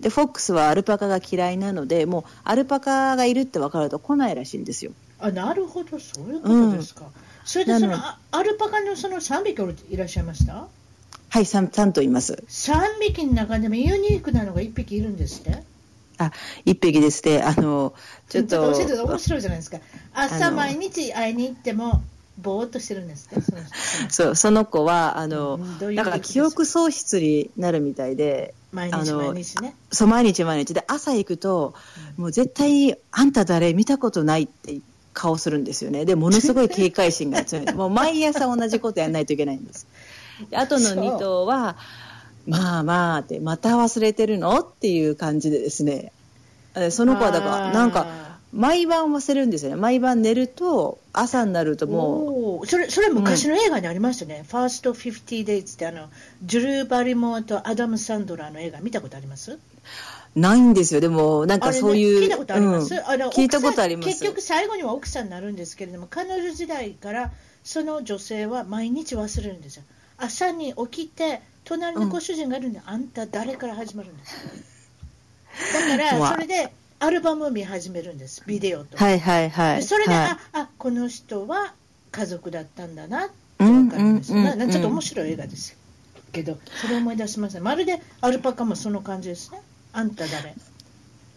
Speaker 2: でフォックスはアルパカが嫌いなのでもうアルパカがいるって分かると来ないらしいんですよ
Speaker 1: あなるほど、そういうことですか。それでその
Speaker 2: なの
Speaker 1: あアルパカのその3匹おるいらっしゃいました
Speaker 2: はい 3, 3頭います
Speaker 1: 3匹の中でもユニークなのが1匹いるんですって
Speaker 2: あ1匹ですねあのちょっと
Speaker 1: 教えてください面白いじゃないですか朝
Speaker 2: あの
Speaker 1: 毎日会いに行ってもぼーっとしてるん
Speaker 2: <laughs>
Speaker 1: ですってその人
Speaker 2: そうその子はあの
Speaker 1: うんどういう
Speaker 2: なん
Speaker 1: こと
Speaker 2: か
Speaker 1: です
Speaker 2: 記憶喪失になるみたいで
Speaker 1: 毎日毎日ね。
Speaker 2: そう毎日毎日で朝行くと、もう絶対あんた誰見たことないって顔するんですよねでものすごい警戒心が
Speaker 1: <laughs>
Speaker 2: 強いもう毎朝同じことやらないといけないんですであとの
Speaker 1: そう
Speaker 2: 2頭はまあまあってまた忘れてるのっていう感じでですねえその子はだからなんか
Speaker 1: か、
Speaker 2: 毎晩忘れるんですよね毎晩寝ると朝になるともう
Speaker 1: もうそれそれ昔の映画にありましたね、ファースト50 days ってあのジュルー・バリモアとアダム・サンドラーの映画見たことあります
Speaker 2: ないんですよでもなん
Speaker 1: あ
Speaker 2: か
Speaker 1: れね
Speaker 2: そういう
Speaker 1: 聞いたことあります、
Speaker 2: うん
Speaker 1: あの
Speaker 2: 聞いたことあります
Speaker 1: 奥さん結局最後には奥さんになるんですけれども彼女時代からその女性は毎日忘れるんですよ朝に起きて隣にご主人がいるんで、あんた誰から始まるんですかだか
Speaker 2: <laughs> うわ
Speaker 1: らそれでアルバムを見始めるんですビデオと、
Speaker 2: はいはいは
Speaker 1: で
Speaker 2: い
Speaker 1: それで、
Speaker 2: はい
Speaker 1: ああこの人は家族だったんだなって
Speaker 2: うん
Speaker 1: 分かるんですよ、
Speaker 2: うん
Speaker 1: ななちょっと
Speaker 2: うん
Speaker 1: 面白い映画ですよけどそれを思い出しましたまるでアルパカもその感じですねあんた誰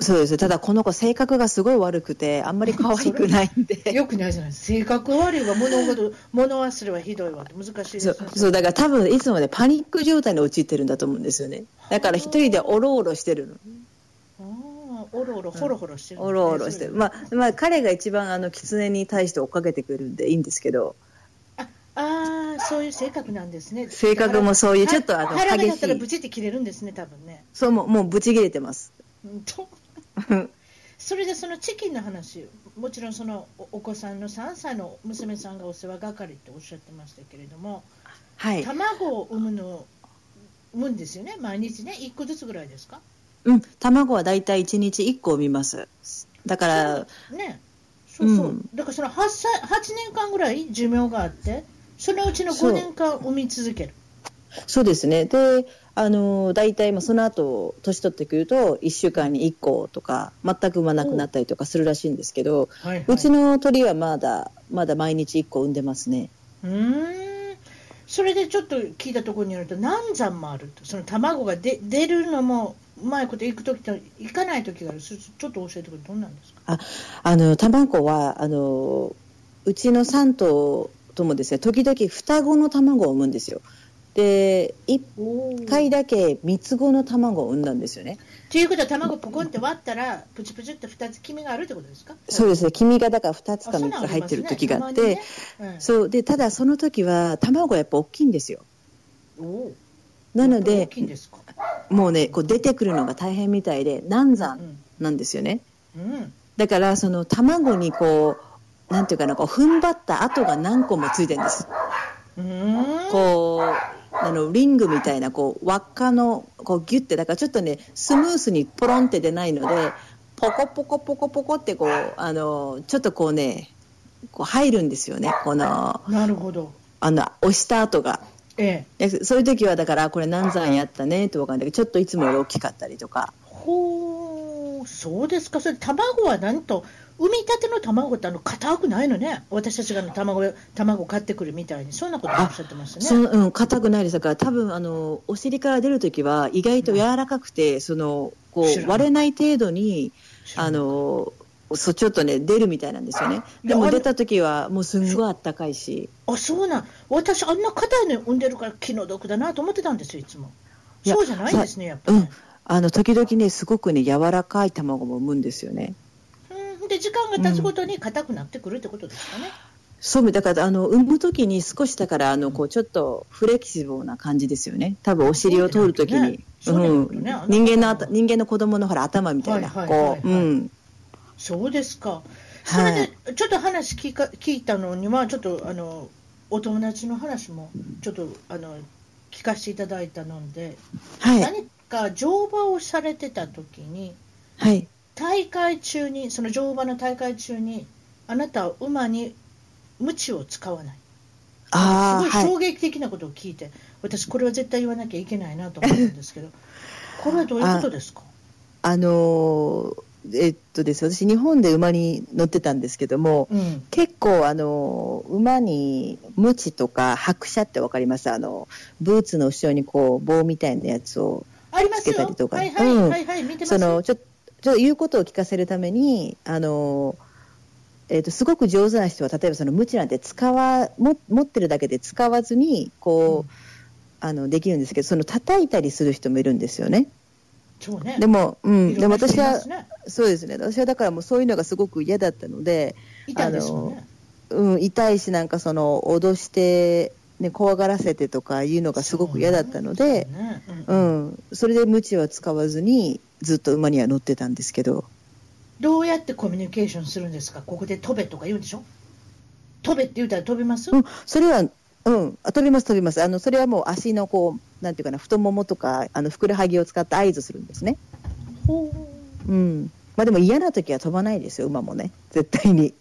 Speaker 2: そうですただこの子性格がすごい悪くてあんまり可愛くないん
Speaker 1: <laughs>
Speaker 2: で
Speaker 1: よくないじゃない性格悪いわ物事物忘れはひどいわって難しいです
Speaker 2: <laughs> そ
Speaker 1: ね
Speaker 2: うそうだから多分いつもねパニック状態に陥ってるんだと思うんですよねだから一人でおろおろしてるの
Speaker 1: ああおろおろほろほろしてる、
Speaker 2: おろおろしてる、
Speaker 1: ま
Speaker 2: まあまあ、彼が一番あの狐に対して追っかけてくるんでいいんですけど
Speaker 1: ああそういう性格なんですね
Speaker 2: 性格もそういうちょっとあの
Speaker 1: 腹が立
Speaker 2: 激
Speaker 1: っ
Speaker 2: した
Speaker 1: らブ
Speaker 2: い
Speaker 1: チって切れるんですね多分ね
Speaker 2: そうもうもうブチ切れて <laughs> ます
Speaker 1: うんとそれでそのチキンの話もちろんそのおお子さんの3歳の娘さんがお世話係っておっしゃってましたけれども
Speaker 2: はい
Speaker 1: 卵を産むの産むんですよね毎日ね1個ずつぐらいですか
Speaker 2: うん、卵はだいたい1日1個産みます。だから、
Speaker 1: ねそうそう、
Speaker 2: うん
Speaker 1: だからその 8, 歳8年間ぐらい寿命があってそのうちの
Speaker 2: そ
Speaker 1: 5
Speaker 2: う
Speaker 1: 年間産み続ける
Speaker 2: そうですね。で、あの、だいたいまあその後、年取ってくると、1週間に1個とか、全く産まなくなったりとかするらしいんですけど、
Speaker 1: はいう
Speaker 2: ちの鳥はまだ、まだ毎日1個産んでますね。
Speaker 1: うーんそれでちょっと聞いたところによると難産もあるとその卵がで出るのもうまいこといく時といかない時があるそれちょっと教えてくれどんなんですか
Speaker 2: あの、卵は、あの、うちの3頭ともですね、時々双子の卵を産むんですよ。で、1回
Speaker 1: だ
Speaker 2: だけ三つ子の卵を産んだんですよね。
Speaker 1: ということは卵ポコンって割ったらプチプチって2つ黄身があるってことですか
Speaker 2: そうですね。黄身がだから2つ
Speaker 1: あ
Speaker 2: か
Speaker 1: そん
Speaker 2: 3
Speaker 1: なん
Speaker 2: つ入ってる時があっ
Speaker 1: りますね、
Speaker 2: て
Speaker 1: たまにね
Speaker 2: そうでただその時は卵はやっぱ大きいんですよ
Speaker 1: うんおー
Speaker 2: なの
Speaker 1: 大
Speaker 2: で
Speaker 1: きいんですか、
Speaker 2: もうねこう出てくるのが大変みたいで難
Speaker 1: う
Speaker 2: 産
Speaker 1: ん
Speaker 2: なんですよね
Speaker 1: うん、
Speaker 2: だからその卵にこうなんていうかなこう踏ん張った跡が何個もついてるんです
Speaker 1: うーん
Speaker 2: こうあのリングみたいなこう輪っかのこうギュッてだからちょっとねスムースにポロンって出ないのでポコポコポコポコってこうあのちょっとこうねこう入るんですよねこの
Speaker 1: なるほど。
Speaker 2: あの押した跡が。
Speaker 1: ええ。
Speaker 2: えそういう時はだからあこれ難産やったねとかんだけどちょっといつもより大きかったりとか
Speaker 1: ほう、そうですか。それ卵はなんと、産みたての卵ってあの硬くないのね。私たちがあの卵卵買ってくるみたいに、そんなことおっしゃってました
Speaker 2: そ
Speaker 1: ね。
Speaker 2: のうん硬くないですだから多分あのお尻から出る時は意外と柔らかくて、そのこ
Speaker 1: 知らな
Speaker 2: う
Speaker 1: い
Speaker 2: 割れない程度にあのそうちょっとね出るみたいなんですよね
Speaker 1: いや
Speaker 2: で
Speaker 1: あ
Speaker 2: も
Speaker 1: れ
Speaker 2: 出た時はもうすんごいあったかいし
Speaker 1: あ、そうなん。私あんな硬いの産んでるから気の毒だなと思ってたんですよ、いつも。
Speaker 2: いや
Speaker 1: そうじゃないんですね、やっぱ
Speaker 2: う
Speaker 1: り、
Speaker 2: んあの時々ねすごくね柔らかい卵も産むんですよね
Speaker 1: うん。で、時間が経つごとに硬くなってくるってことですかね。
Speaker 2: そうだからあの産む時に少しだからあのこうちょっとフレキシブルな感じですよね多分お尻を通る時に
Speaker 1: そうだよねそうだよね
Speaker 2: うん人間のあた人間の子供のほら頭みたいな
Speaker 1: はいはいはいはい
Speaker 2: こううん
Speaker 1: そうですか。そ
Speaker 2: は
Speaker 1: れ
Speaker 2: い
Speaker 1: で、ちょっと話聞か聞いたのには、ちょっとあのお友達の話もちょっとあの聞かせていただいたので、
Speaker 2: はい
Speaker 1: 何か乗馬をされてた時に、
Speaker 2: はい
Speaker 1: 大会中に、その乗馬の大会中に、あなたは馬に鞭を使わない。す
Speaker 2: あ
Speaker 1: ご
Speaker 2: あ
Speaker 1: い
Speaker 2: はい
Speaker 1: 衝撃的なことを聞いて、私、これは絶対言わなきゃいけないなと思ったんですけ
Speaker 2: <laughs>
Speaker 1: ど、これはどういうことですか
Speaker 2: あのーえっとですね私日本で馬に乗ってたんですけども
Speaker 1: うん。
Speaker 2: 結構あのー馬にムチとか白車ってわかりますあのブーツの後ろにこう棒みたいなやつを
Speaker 1: あります
Speaker 2: つけた
Speaker 1: よ
Speaker 2: りと。か
Speaker 1: はいはい、
Speaker 2: うん
Speaker 1: はいはい、見てます
Speaker 2: そのちょちょっと言うことを聞かせるためにあの、えー、とすごく上手な人は例えばその無知なんて使わも持ってるだけで使わずにこう、あのできるんですけどその叩いたりする人もいるんですよね。
Speaker 1: そうね
Speaker 2: でも、うん、
Speaker 1: い
Speaker 2: で
Speaker 1: ろん
Speaker 2: も
Speaker 1: な人
Speaker 2: 私
Speaker 1: いま
Speaker 2: は
Speaker 1: す、ね
Speaker 2: そうですね、私はだからもうそういうのがすごく嫌だったので、
Speaker 1: いたんですよね
Speaker 2: うん、痛いし、なんかその、脅して、ね、怖がらせてとかいうのがすごく嫌だったので、
Speaker 1: そうねう
Speaker 2: うんん、それで無知は使わずに、ずっと馬には乗ってたんですけど、
Speaker 1: どうやってコミュニケーションするんですかここで飛べとか言うんでしょ飛べって言うたら飛びます、
Speaker 2: うん、それは、うん、あ飛びます、飛びます、あのそれはもう足のこう、なんていうかな、太ももとか、あのふくらはぎを使って合図するんですね。
Speaker 1: ほう
Speaker 2: うんまあ、でも嫌な時は飛ばないですよ、馬もね、絶対に。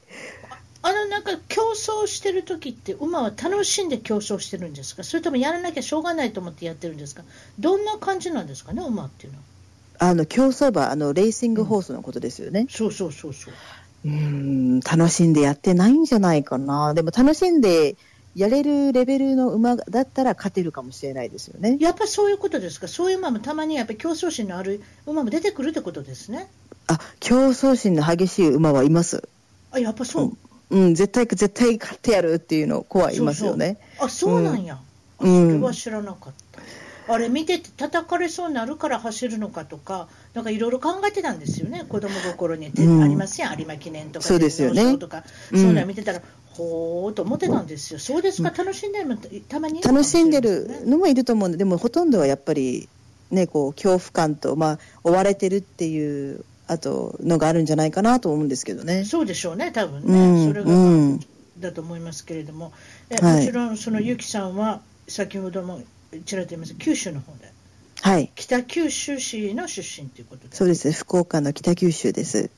Speaker 1: あのなんか競争してる時って馬は楽しんで競争してるんですかそれともやらなきゃしょうがないと思ってやってるんですかどんな感じなんですかね馬っていうのは
Speaker 2: あの競走馬あの、レーシングホースのことですよね、
Speaker 1: そうそうそうそう
Speaker 2: うん、楽しんでやってないんじゃないかな、でも楽しんでやれるレベルの馬だったら勝てるかもしれないですよね。
Speaker 1: やっぱそういうことですかそういう馬もたまにやっぱ競争心のある馬も出てくるってことですね
Speaker 2: あ競争心の激しい馬はいます。
Speaker 1: あやっぱそう、
Speaker 2: うんうん、絶対、絶対勝ってやるっていうの、子はいますよね。
Speaker 1: あそうなんや、
Speaker 2: う
Speaker 1: あ
Speaker 2: ん
Speaker 1: それは知らなかった、あれ見てて叩かれそうになるから走るのかとかなんかいろいろ考えてたんですよね子供心にって、
Speaker 2: うん
Speaker 1: ありますやん有馬記念とか
Speaker 2: そうですよね
Speaker 1: 天皇賞とか、
Speaker 2: うん
Speaker 1: そういうの見てたらほーっと思ってたんですよそうですか楽しんでるのたたまにいるかも
Speaker 2: 楽
Speaker 1: しれな
Speaker 2: し
Speaker 1: んい
Speaker 2: です
Speaker 1: ね
Speaker 2: るのもいると思うんで、でもほとんどはやっぱり、ね、こう恐怖感と、まあ、追われてるっていう、あとのがあるんじゃないかなと思うんですけどね。
Speaker 1: そうでしょうね多分
Speaker 2: う
Speaker 1: ね、
Speaker 2: ん、
Speaker 1: それが
Speaker 2: うん、
Speaker 1: だと思いますけれども、え
Speaker 2: は
Speaker 1: も
Speaker 2: い
Speaker 1: ちろんそのゆきさんは先ほどもちらっと言いました九州の方で
Speaker 2: はい、
Speaker 1: 北九州市の出身ということで
Speaker 2: そうですね、福岡の北九州です。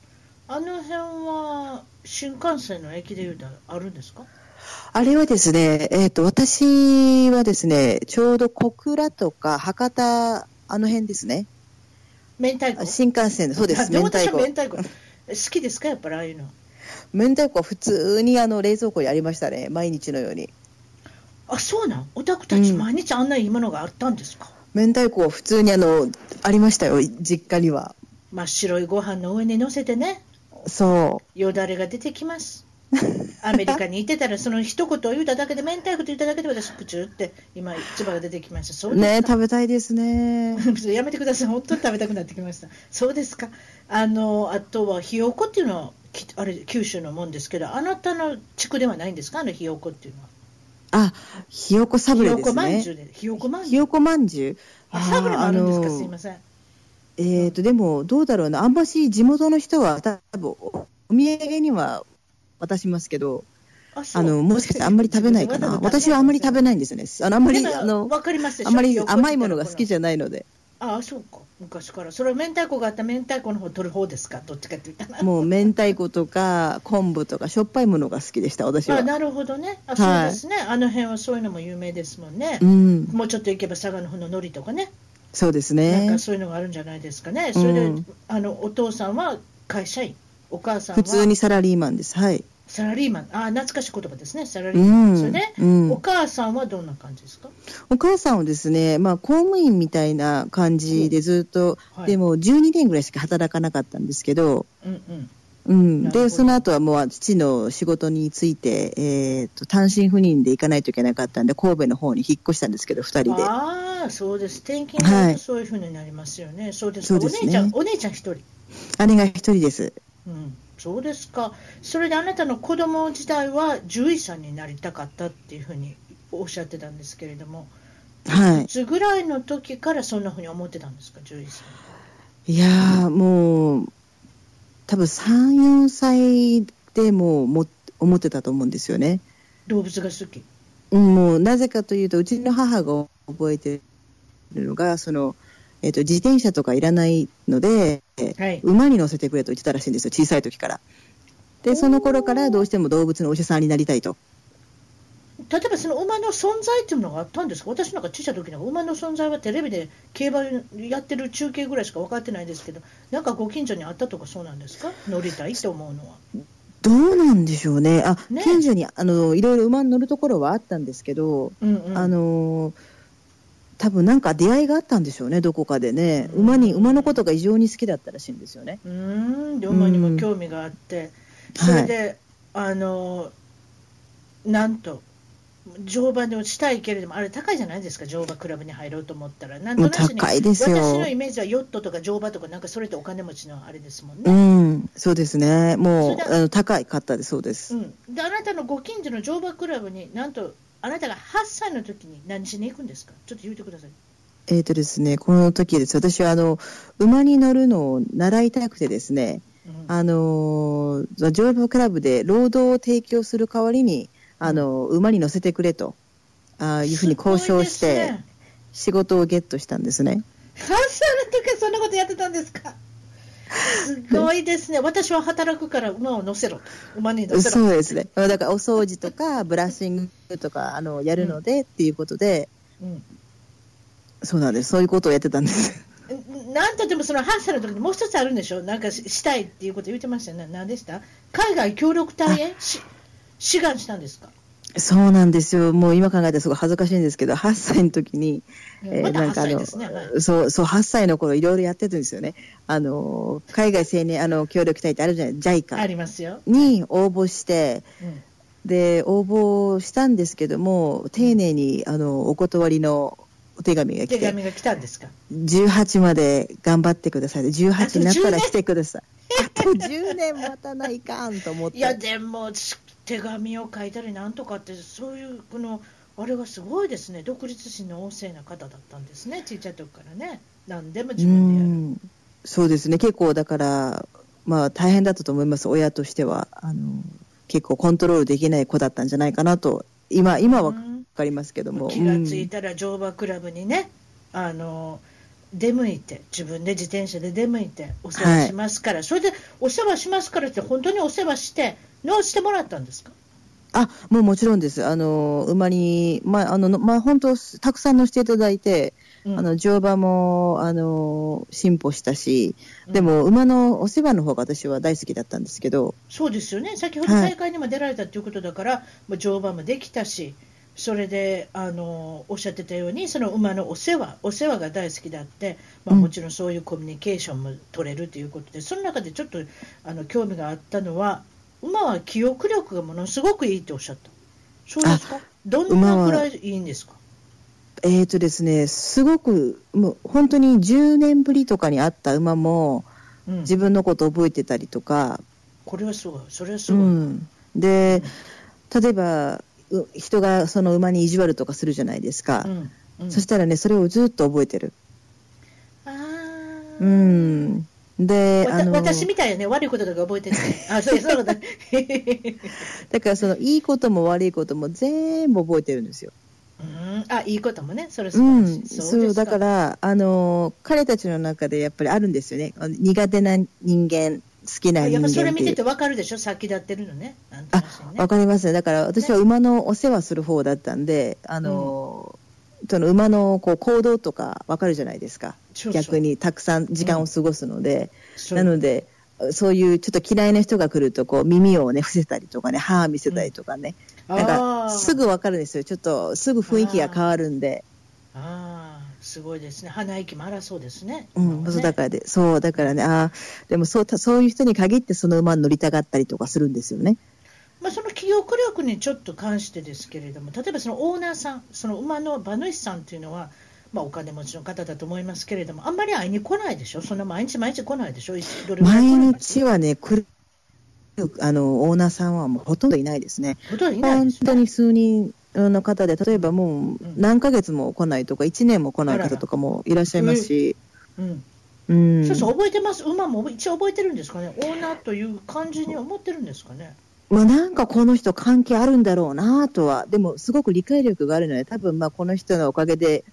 Speaker 1: あの辺は新幹線の駅でいうとあるんですか
Speaker 2: あれはですね、えっ、と、私はですね、ちょうど小倉とか博多、あの辺ですね。
Speaker 1: 明太
Speaker 2: あ
Speaker 1: 子
Speaker 2: 新幹線で、そうです、
Speaker 1: あど
Speaker 2: 明
Speaker 1: うでし
Speaker 2: 太
Speaker 1: ょう
Speaker 2: 子。
Speaker 1: 明太子好きですかやっぱりああいうの
Speaker 2: 明太子は普通にあの冷蔵庫にありましたね、毎日のように。
Speaker 1: あそうなんお宅たち
Speaker 2: うん
Speaker 1: 毎日あんないいものがあったんですか、
Speaker 2: 明太子は普通にあの、ありましたよ、実家には。
Speaker 1: 真っ白いご飯の上に乗せてね
Speaker 2: そ。
Speaker 1: よだれが出てきますアメリカにいてたらその一言を言っただけで明太子と言っただけで私プチュって今唾が出てきましたそううですか
Speaker 2: <laughs> ね、食べたいです
Speaker 1: <laughs>
Speaker 2: ね。
Speaker 1: やめてください、本当に食べたくなってきました。そうですか。あの、あとはひよこっていうのは、きあれ九州のもんですけど、あなたの地区ではないんですか、あのひよこっていうのは。
Speaker 2: あ、ひよこサ
Speaker 1: ひ
Speaker 2: ブレ
Speaker 1: よ
Speaker 2: で
Speaker 1: こ
Speaker 2: す
Speaker 1: まん
Speaker 2: ね
Speaker 1: じゅ。うで、ひよこまん
Speaker 2: ひ
Speaker 1: じゅう。
Speaker 2: よこまんじゅう。
Speaker 1: あサブレもあるんですか、すいま
Speaker 2: せん。
Speaker 1: せん。
Speaker 2: えっ、と、でも、どうだろうな、あんまし地元の人は、多分お土産には渡しますけど、
Speaker 1: あそ
Speaker 2: あ
Speaker 1: う
Speaker 2: の、もしかしてあんまり食べないかな。私はあんまり食べないんですね。あの、あんまり、あ
Speaker 1: でも
Speaker 2: の、
Speaker 1: わかりますでしょ
Speaker 2: あんまり甘いものが好き
Speaker 1: ゃ
Speaker 2: じゃないので、
Speaker 1: ああ、そうか、昔から。それは明太子があったら明太子の方取る方ですか、どっちかって言ったら。
Speaker 2: もう明太子とか昆布とかしょっぱいものが好きでした、私
Speaker 1: あ
Speaker 2: は。
Speaker 1: なるほどね。あ、そう
Speaker 2: はい
Speaker 1: ですね、あの辺はそういうのも有名ですもんね。
Speaker 2: うん、
Speaker 1: もうちょっと行けば佐賀の方の海苔とかね。
Speaker 2: そうです
Speaker 1: なん
Speaker 2: ね
Speaker 1: か。そういうのがあるんじゃないですかね、それで、
Speaker 2: うん
Speaker 1: あのお父さんは会社員、お母さん
Speaker 2: 普通
Speaker 1: は
Speaker 2: にサラリーマンです。はい。
Speaker 1: サラリーマン、あー懐かしい言葉ですね、サラリ
Speaker 2: う
Speaker 1: ーマン、
Speaker 2: ん。
Speaker 1: それで、
Speaker 2: うん
Speaker 1: お母さんはどんな感じですか、
Speaker 2: お母さんはですね、まあ、公務員みたいな感じでずっと、
Speaker 1: はい、
Speaker 2: でも12年ぐらいしか働かなかったんですけど、
Speaker 1: うんうん、
Speaker 2: うん、
Speaker 1: なるほど
Speaker 2: でその後はもう父の仕事について、えー、と単身赴任で行かないといけなかったんで神戸の方に引っ越したんですけど2人で
Speaker 1: ああ、そうです、転勤がある
Speaker 2: は
Speaker 1: と
Speaker 2: い
Speaker 1: そういうふうになりますよね、そうですか
Speaker 2: そうです
Speaker 1: お
Speaker 2: ね
Speaker 1: 姉ちゃん、お姉ちゃん一人、
Speaker 2: 姉が1人です
Speaker 1: うん、そうですか、それであなたの子供時代は獣医さんになりたかったっていうふうにおっしゃってたんですけれども、
Speaker 2: はい
Speaker 1: いつぐらいの時からそんなふうに思ってたんですか、獣医さん。
Speaker 2: いやーもう多分34歳でもうも思ってたと思うんですよね
Speaker 1: 動物が好き
Speaker 2: うんもうなぜかというとうちの母が覚えてるのがその、えー、と自転車とかいらないので
Speaker 1: はい、
Speaker 2: 馬に乗せてくれと言ってたらしいんですよ小さい時からでその頃からどうしても動物のお医者さんになりたいと
Speaker 1: 例えばその馬の存在っていうのがあったんですか、私なんか小さい時なんか馬の存在はテレビで競馬やってる中継ぐらいしか分かってないですけど、なんかご近所にあったとかそうなんですか、乗りたいって思うのは。
Speaker 2: どうなんでしょうねあ
Speaker 1: ね
Speaker 2: 近所にあのいろいろ馬に乗るところはあったんですけど、
Speaker 1: うんうん、
Speaker 2: あの多分なんか出会いがあったんでしょうねどこかでね
Speaker 1: うん
Speaker 2: 馬に馬のことが異常に好きだったらしいんですよね
Speaker 1: うーん、で馬にも興味があって、それで、あのなんと乗馬でしたいけれども、あれ高いじゃないですか、乗馬クラブに入ろうと思ったら。なんと
Speaker 2: もう
Speaker 1: なくね
Speaker 2: 高いですよ
Speaker 1: 私のイメージはヨットとか乗馬とか、なんかそれってお金持ちのあれですもん
Speaker 2: う
Speaker 1: ね。
Speaker 2: ん、そうですね。も
Speaker 1: それ、
Speaker 2: う
Speaker 1: で
Speaker 2: あの高い方でそうで
Speaker 1: う
Speaker 2: す。
Speaker 1: ん、で、あなたのご近所の乗馬クラブに、なんと、あなたが8歳の時に何しに行くんですかちょっと言ってください。
Speaker 2: えっ、とですね、この時です。私は、あの、馬に乗るのを習いたくてですね、
Speaker 1: うん
Speaker 2: あのー、乗馬クラブで労働を提供する代わりに、あの、馬に乗せてくれと、ああいうふうに交渉し
Speaker 1: すごいです
Speaker 2: て
Speaker 1: ね、
Speaker 2: 仕事をゲットしたんですね。
Speaker 1: 8歳の時からそんなことやってたんですかすごいですね。私は働くから馬を乗せろと。馬に乗せ
Speaker 2: そ
Speaker 1: ろ。
Speaker 2: うですね。だから、お掃除とか、 <laughs> ブラッシングとか、あの、やるので、っていうことで、
Speaker 1: うん
Speaker 2: そうなんです。そういうことをやってたんです。
Speaker 1: なんとでもその8歳の時にもう一つあるんでしょ、なんかししたいっていうこと言ってましたよね、なんでした海外協力隊へし志願したんですか、
Speaker 2: <laughs> そうなんですよ。もう今考えたらすごい恥ずかしいんですけど、8歳の時に、えー
Speaker 1: まだ
Speaker 2: なん
Speaker 1: 8
Speaker 2: かあ
Speaker 1: 歳
Speaker 2: の
Speaker 1: ですね、はい
Speaker 2: そう、そう、8歳の頃いろいろやってるんですよね。あの、海外青年、あの、協力隊ってあるじゃない、
Speaker 1: あ
Speaker 2: JICA
Speaker 1: りますよ、
Speaker 2: に応募して、
Speaker 1: うん
Speaker 2: で、応募したんですけども、丁寧に、あの、お断りのお手紙が来
Speaker 1: 手
Speaker 2: て、
Speaker 1: 紙が来たんですか、
Speaker 2: 18まで頑張ってください。
Speaker 1: あと
Speaker 2: 18になった
Speaker 1: 10
Speaker 2: ら
Speaker 1: 年
Speaker 2: 来てください。あと10年待たないかんと思って。
Speaker 1: いや、でも、し手紙を書いたりなんとかって、そういうこの、あれがすごいですね、独立心の旺盛な方だったんですね、ちっちゃい時からね、なんでも自分でやる。
Speaker 2: うんそうですね結構だから、まあ、大変だったと思います親としてはあの結構コントロールできない子だったんじゃないかなと今今は
Speaker 1: う
Speaker 2: 分
Speaker 1: ん
Speaker 2: かりますけども、
Speaker 1: 気がついたら乗馬クラブにね、あの出向いて自分で自転車で出向いてお世話しますから、それでお世話しますからって本当にお世話して直してもらったんですか
Speaker 2: うんあもうもちろんですあの馬に、まああのまあ、本当たくさん乗せていただいて、
Speaker 1: うん
Speaker 2: あの乗馬もあの進歩したし
Speaker 1: うん
Speaker 2: でも馬のお世話の方が私は大好きだったんですけど、
Speaker 1: そうですよね先ほど
Speaker 2: はい
Speaker 1: 大会にも出られたということだから、もう乗馬もできたしそれであのおっしゃってたようにその馬のお世話お世話が大好きだって、まあ、
Speaker 2: うん
Speaker 1: もちろんそういうコミュニケーションも取れるということで、その中でちょっとあの興味があったのは馬は記憶力がものすごくいいっておっしゃったそうですかどん
Speaker 2: 馬
Speaker 1: な
Speaker 2: は
Speaker 1: ぐらいいいんですか
Speaker 2: えーとですね、すごくもう本当に10年ぶりとかに会った馬も
Speaker 1: うん、
Speaker 2: 自分のこと覚えてたりとか、
Speaker 1: これはすごいそれはす
Speaker 2: う
Speaker 1: ごい、
Speaker 2: ん、で例えばう人がその馬に意地悪とかするじゃないですか、
Speaker 1: うんうん
Speaker 2: そしたらねそれをずっと覚えてる、
Speaker 1: あー
Speaker 2: うん、で
Speaker 1: わ
Speaker 2: あ
Speaker 1: た
Speaker 2: の
Speaker 1: 私みたいよね、悪いこととか覚えて
Speaker 2: <laughs>
Speaker 1: るあ、そうそうだ。
Speaker 2: だからそのいいことも悪いことも全部覚えてるんですよ、
Speaker 1: <laughs> うんあ、いいこともね、それ素
Speaker 2: う
Speaker 1: 晴
Speaker 2: ん
Speaker 1: らしい。、
Speaker 2: そうだか。らあの彼たちの中でやっぱりあるんですよねあの苦手な人間好きな
Speaker 1: や
Speaker 2: 人
Speaker 1: っ
Speaker 2: 間
Speaker 1: ぱ
Speaker 2: って
Speaker 1: それ見
Speaker 2: い
Speaker 1: て
Speaker 2: う
Speaker 1: てわかるでしょ、先立ってるのね。なんと
Speaker 2: あ
Speaker 1: なくね
Speaker 2: わかりますね、だから私は馬のお世話する方だったんで、あのその馬のこう行動とかわかるじゃないですか、
Speaker 1: そうそう
Speaker 2: 逆にたくさん時間を過ごすので、
Speaker 1: そう
Speaker 2: なので、そういうちょっと嫌いな人が来るとこう、耳を、ね、伏せたりとかね、歯見せたりとかね、なん
Speaker 1: あ
Speaker 2: か
Speaker 1: ー
Speaker 2: すぐわかるんですよ、ちょっとすぐ雰囲気が変わるんで、
Speaker 1: あーすごいですね。鼻息も荒そうですね。
Speaker 2: うんそうだ
Speaker 1: ら。
Speaker 2: からでそうだからね、あーでもそうたそういう人に限って、その馬に乗りたがったりとかするんですよね。
Speaker 1: まあ、その記憶力にちょっと関してですけれども、例えばそのオーナーさん、その馬の馬主さんというのは、まあ、お金持ちの方だと思いますけれども、あんまり会いに来ないでしょ、そんな毎日毎日来ないでしょ、いつどれぐらい
Speaker 2: 毎
Speaker 1: 来ないです
Speaker 2: 日はね、来るあのオーナーさんはもうほとんどいないですね。
Speaker 1: ほとんどいないで
Speaker 2: 本
Speaker 1: すよ
Speaker 2: 当に数人の方で、例えばもう
Speaker 1: うん
Speaker 2: 何ヶ月も来ないとか、1年も来ない
Speaker 1: あらら
Speaker 2: 方とかもいらっしゃいますし、
Speaker 1: うん
Speaker 2: うん、
Speaker 1: そうそう覚えてます、馬も一応覚えてるんですかね、オーナーという感じに思ってるんですかね。
Speaker 2: まあ、なんかこの人、関係あるんだろうなとは、でもすごく理解力があるので、多分まあこの人のおかげで、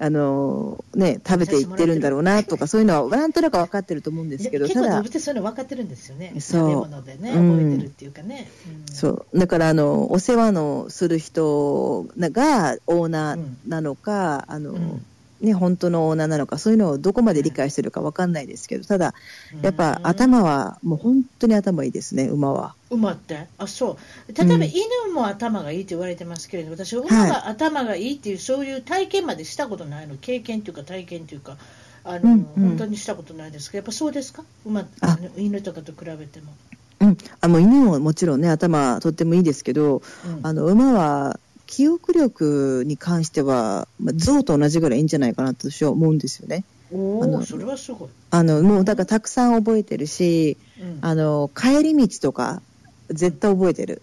Speaker 2: あのね、食べていってるんだろうなとか、そういうのはなんとなく分かってると思うんですけど、
Speaker 1: いや結
Speaker 2: た
Speaker 1: 構動
Speaker 2: だ
Speaker 1: 物っ。てそういうの分かってるんですよね、
Speaker 2: そう
Speaker 1: 食べ物でね、
Speaker 2: うん
Speaker 1: 覚えてるっていうかね。うん
Speaker 2: そうだからあのお世話のする人がオーナーなのか、あの
Speaker 1: うん
Speaker 2: ね、本当のオーナーなのかそういうのをどこまで理解してるかわかんないですけどただ、やっぱ
Speaker 1: うん
Speaker 2: 頭はもう本当に頭いいですね馬は。
Speaker 1: 馬ってあそう例え
Speaker 2: うん
Speaker 1: ば犬も頭がいいって言われてますけれど、私、馬
Speaker 2: はい
Speaker 1: が頭がいいっていう、そういう体験までしたことないの、経験というか、体験というか、あの
Speaker 2: うんうん
Speaker 1: 本当にしたことないですけど、やっぱそうですか、馬あの犬とかと比べても。
Speaker 2: うん、あもう犬ももちろんね頭とってもいいですけど
Speaker 1: うん
Speaker 2: あの馬は記憶力に関しては、まあ、象と同じぐらいいいんじゃないかなと私は思うんですよね。
Speaker 1: お
Speaker 2: あ
Speaker 1: お
Speaker 2: の
Speaker 1: それはすごい、
Speaker 2: あのもうだからたくさん覚えてるし
Speaker 1: うん
Speaker 2: あの帰り道とか絶対覚えてる、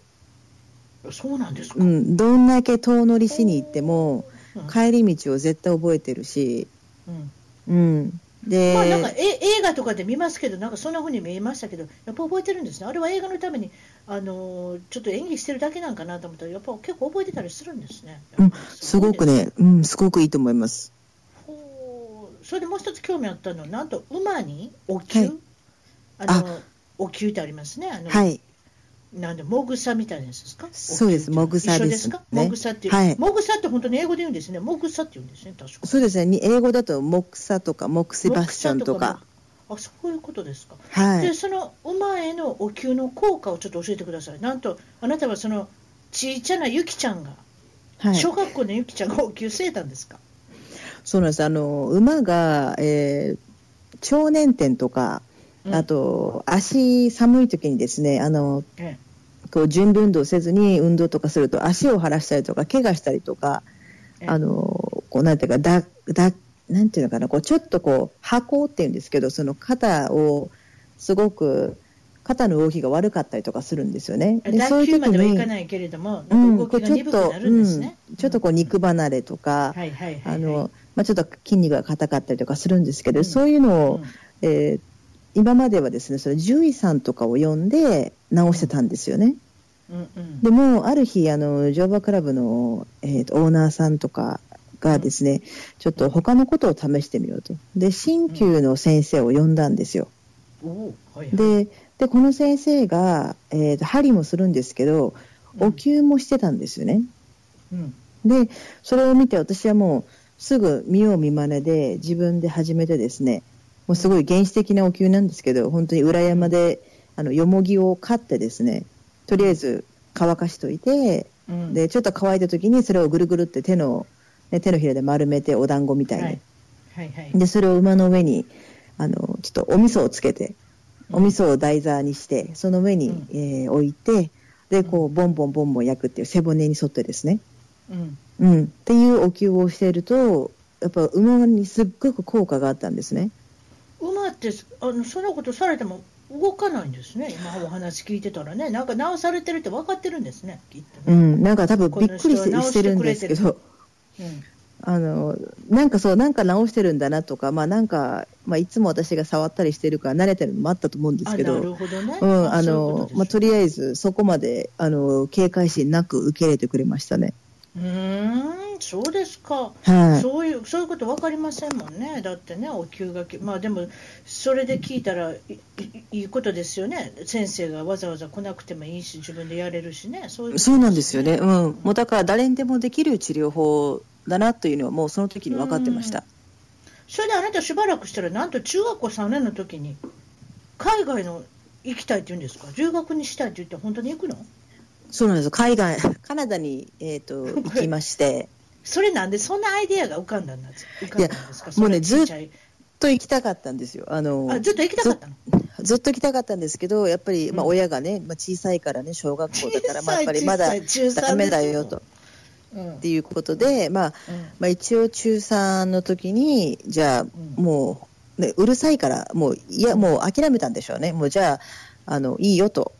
Speaker 1: そうなんですか、
Speaker 2: うん、どんだけ遠乗りしに行っても
Speaker 1: うん
Speaker 2: 帰り道を絶対覚えてるし、
Speaker 1: うん
Speaker 2: うん、で、
Speaker 1: まあなんかえ映画とかで見ますけど、なんかそんな風に見えましたけど、やっぱ覚えてるんですね。あれは映画のためにあのーちょっと演技してるだけなんかなと思ったら、やっぱ結構覚えてたりするんですね。
Speaker 2: うんすごく
Speaker 1: ね。
Speaker 2: ね、うん、すごくいいと思います。
Speaker 1: ほうそれでもう一つ興味あったのは、なんと馬にお灸、
Speaker 2: はい
Speaker 1: あのお灸ってありますね。あの
Speaker 2: はい、
Speaker 1: なんでもぐさみたいなやつですか。
Speaker 2: そうです
Speaker 1: お灸って
Speaker 2: もぐさ
Speaker 1: 一緒
Speaker 2: です
Speaker 1: か。
Speaker 2: ね
Speaker 1: もぐさっていう、
Speaker 2: はい
Speaker 1: もぐさって本当に英語で言うんですね。もぐさって言うんですね。確か。
Speaker 2: そうですね、に英語だと、モクサとか、モクセバスチャンとか、
Speaker 1: も。あ、そういうことですか。
Speaker 2: は
Speaker 1: で
Speaker 2: い、
Speaker 1: その馬へのお灸の効果をちょっと教えてください。なんとあなたはそのちいちゃなゆきちゃんが、
Speaker 2: はい、
Speaker 1: 小学校のゆきちゃんがお灸せいたんですか。
Speaker 2: そうなんです、あの馬が、えー、腸年点とか、
Speaker 1: うん
Speaker 2: あと足寒い時にですね、あの
Speaker 1: え
Speaker 2: こう準備運動せずに運動とかすると足を腫らしたりとか怪我したりとか、
Speaker 1: え
Speaker 2: あのこうなんていうかだだなんていうのかなこうちょっとこう箱っていうんですけどその肩をすごく肩の動きが悪かったりとかするんですよね。
Speaker 1: え。
Speaker 2: でそ
Speaker 1: 第
Speaker 2: うい
Speaker 1: 級
Speaker 2: う
Speaker 1: ま
Speaker 2: 時
Speaker 1: ではいか
Speaker 2: に
Speaker 1: ないけれども、
Speaker 2: う
Speaker 1: なん
Speaker 2: ん
Speaker 1: か動
Speaker 2: こう
Speaker 1: きが
Speaker 2: ちょっ
Speaker 1: 鈍く
Speaker 2: と、
Speaker 1: なるん
Speaker 2: う
Speaker 1: です
Speaker 2: ん
Speaker 1: ね。、
Speaker 2: ちょっとこう肉離れとか、
Speaker 1: はいはいはい、
Speaker 2: あの、まあ、ちょっと筋肉が硬かったりとかするんですけど、そういうのを、
Speaker 1: うん
Speaker 2: えー今まではですねそれ獣医さんとかを呼んで治してたんですよね。
Speaker 1: うんうん
Speaker 2: でもある日あの乗馬クラブの、えーとオーナーさんとかがですね、ちょっと他のことを試してみようとで鍼灸の先生を呼んだんですよ、
Speaker 1: おおはいはい
Speaker 2: ででこの先生が、えーと針もするんですけどお灸もしてたんですよね、
Speaker 1: うん
Speaker 2: でそれを見て私はもうすぐ見よう見まねで自分で始めてですねもうすごい原始的なお灸なんですけど本当に裏山であのよもぎを刈ってですねとりあえず乾かしといて
Speaker 1: うん
Speaker 2: でちょっと乾いた時にそれをぐるぐるって手の、ね、手のひらで丸めてお団子みたいに、
Speaker 1: はいはいはい
Speaker 2: でそれを馬の上にあのちょっとお味噌をつけて
Speaker 1: うん
Speaker 2: お味噌を台座にしてその上に、
Speaker 1: うん
Speaker 2: えー置いてでこうボンボンボンボン焼くっていう背骨に沿ってですね、
Speaker 1: うん
Speaker 2: うん、っていうお灸をしているとやっぱ馬にすっごく効果があったんですね。
Speaker 1: 馬ってあのそんなことされても動かないんですね今お話聞いてたらねなんか治されてるって分かってるんですねきっと
Speaker 2: う
Speaker 1: ね
Speaker 2: ん、なんか多分びっくりし
Speaker 1: この人は治
Speaker 2: てし
Speaker 1: して
Speaker 2: て
Speaker 1: くれてる
Speaker 2: るんですけど
Speaker 1: うん
Speaker 2: あのなんかそうなんか治してるんだなとか、まあなんかまあ、いつも私が触ったりしてるから慣れてるのもあったと思うんで
Speaker 1: あ
Speaker 2: す
Speaker 1: な
Speaker 2: けど
Speaker 1: るほどね
Speaker 2: うん、あ
Speaker 1: そういうこ
Speaker 2: の
Speaker 1: と
Speaker 2: まあ、と
Speaker 1: です
Speaker 2: りあえずそこまであの警戒心なく受け入れてくれましたね。
Speaker 1: うーんそうですか
Speaker 2: はい、
Speaker 1: そういうそういうこと分かりませんもんね、だってね、お給がき、まあでも、それで聞いたらいいいいことですよね、先生がわざわざ来なくてもいいし、自分でやれるしね、そういうこと
Speaker 2: そうなんですよね、うん、もうだから誰にでもできる治療法だなというのは、もうその時に分かってました。
Speaker 1: それであなた、しばらくしたら、なんと中学校3年の時に、海外の行きたいって言うんですか、留学にしたいって言って、本当に行くの
Speaker 2: そうなんですよ海外、 <laughs> カナダに、えー、と行きまして、
Speaker 1: それなんで、そんなアイデアが浮かんだんです浮かんだんですか、
Speaker 2: もうね
Speaker 1: そんなちっちゃい
Speaker 2: と行きたかったんですよ、あの
Speaker 1: あずっと行きたかったの、
Speaker 2: ずっと行きたかったんですけど、やっぱり、まあ、
Speaker 1: うん
Speaker 2: 親がね、まあ、小さいからね、小学校だから、まあ、やっぱりまだ
Speaker 1: <laughs> 小さい小さい
Speaker 2: ダメだよと
Speaker 1: うんうん
Speaker 2: っていうことで、まあ、まあ、一応中3の時にじゃあ
Speaker 1: ん
Speaker 2: もう、ね、うるさいからもういやもう諦めたんでしょうねもうじゃああのいいよと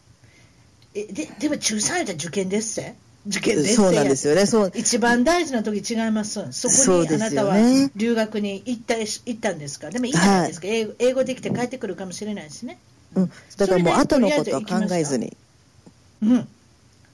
Speaker 1: えででも中3やったら受験ですって受験ですって
Speaker 2: そうなんですよねそう
Speaker 1: 一番大事な時違います、そ
Speaker 2: そ
Speaker 1: こ
Speaker 2: う
Speaker 1: にあ
Speaker 2: で
Speaker 1: な
Speaker 2: す
Speaker 1: た
Speaker 2: よ
Speaker 1: は
Speaker 2: ね
Speaker 1: 留学に行ったし行ったんですか、でもいいじゃないですか、英語英語できて帰ってくるかもしれないしね、
Speaker 2: うん、だからもう
Speaker 1: そ
Speaker 2: 後
Speaker 1: れ
Speaker 2: の
Speaker 1: で
Speaker 2: ことは考えずに
Speaker 1: うん、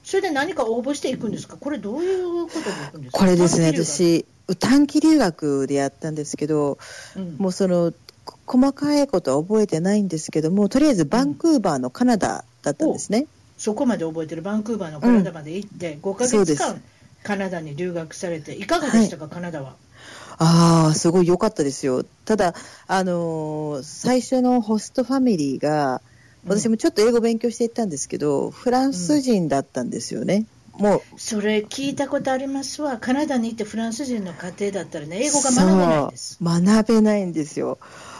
Speaker 1: それで何か応募していくんですか、これ、どういうことで行くんですか、
Speaker 2: これですね
Speaker 1: 短期留
Speaker 2: 私短期留学でやったんですけど
Speaker 1: 学、うん
Speaker 2: もうそのこ細かいことは覚えてないんですけどもとりあえずバンクーバーのカナダだったんですね、
Speaker 1: そこまで覚えてるバンクーバーのカナダまで行って、5か
Speaker 2: そう
Speaker 1: 月
Speaker 2: です
Speaker 1: 間、カナダに留学されて、いかがでしたか、カナダは。
Speaker 2: ああすごい良かったですよただあのー最初のホストファミリーが私もちょっと英語勉強していったんですけど、フランス人だったんですよね。もう
Speaker 1: それ聞いたことありますわ、カナダに行ってフランス人の家庭だったらね、英語が学べないです。
Speaker 2: そう学べないんですよ。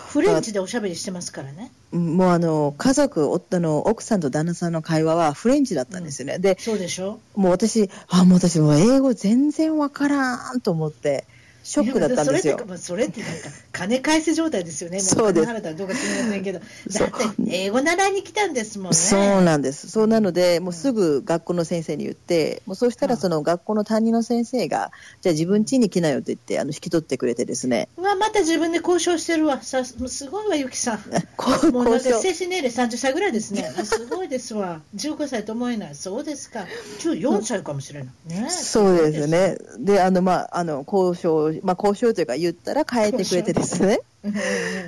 Speaker 1: フレンチでおしゃべりしてますからね。
Speaker 2: もうあの家族夫の奥さんと旦那さんの会話はフレンチだったんですよね、で
Speaker 1: そうでしょ
Speaker 2: もう私あもう私もう英語全然わからんと思ってショックだったんです
Speaker 1: いやそれっ
Speaker 2: よ
Speaker 1: てかまあそれってなんか金返せ状態ですよね。も
Speaker 2: <laughs> そうです
Speaker 1: 金払ったらどうか知りませんけど。だ
Speaker 2: そう
Speaker 1: って英語習いに来たんですもんね。
Speaker 2: そうなんです。そうなので、もうすぐ学校の先生に言って、もうそうした
Speaker 1: う
Speaker 2: ら
Speaker 1: ん
Speaker 2: その学校の担任の先生が、じゃあ自分家に来なよって言って、あの、引き取ってくれてですね。
Speaker 1: うわまた自分で交渉してるわ。さもうすごいわゆきさん。
Speaker 2: こう、
Speaker 1: もうなんか
Speaker 2: <laughs> 交渉
Speaker 1: 精神年齢30歳ぐらいですね。あすごいですわ。15歳と思えない。そうですか。14歳かもしれない。ね、
Speaker 2: そうです。ね。で、あの、まあ、あの、交渉、まあ、交渉というか言ったら変えてくれてですね。
Speaker 1: うんうんうん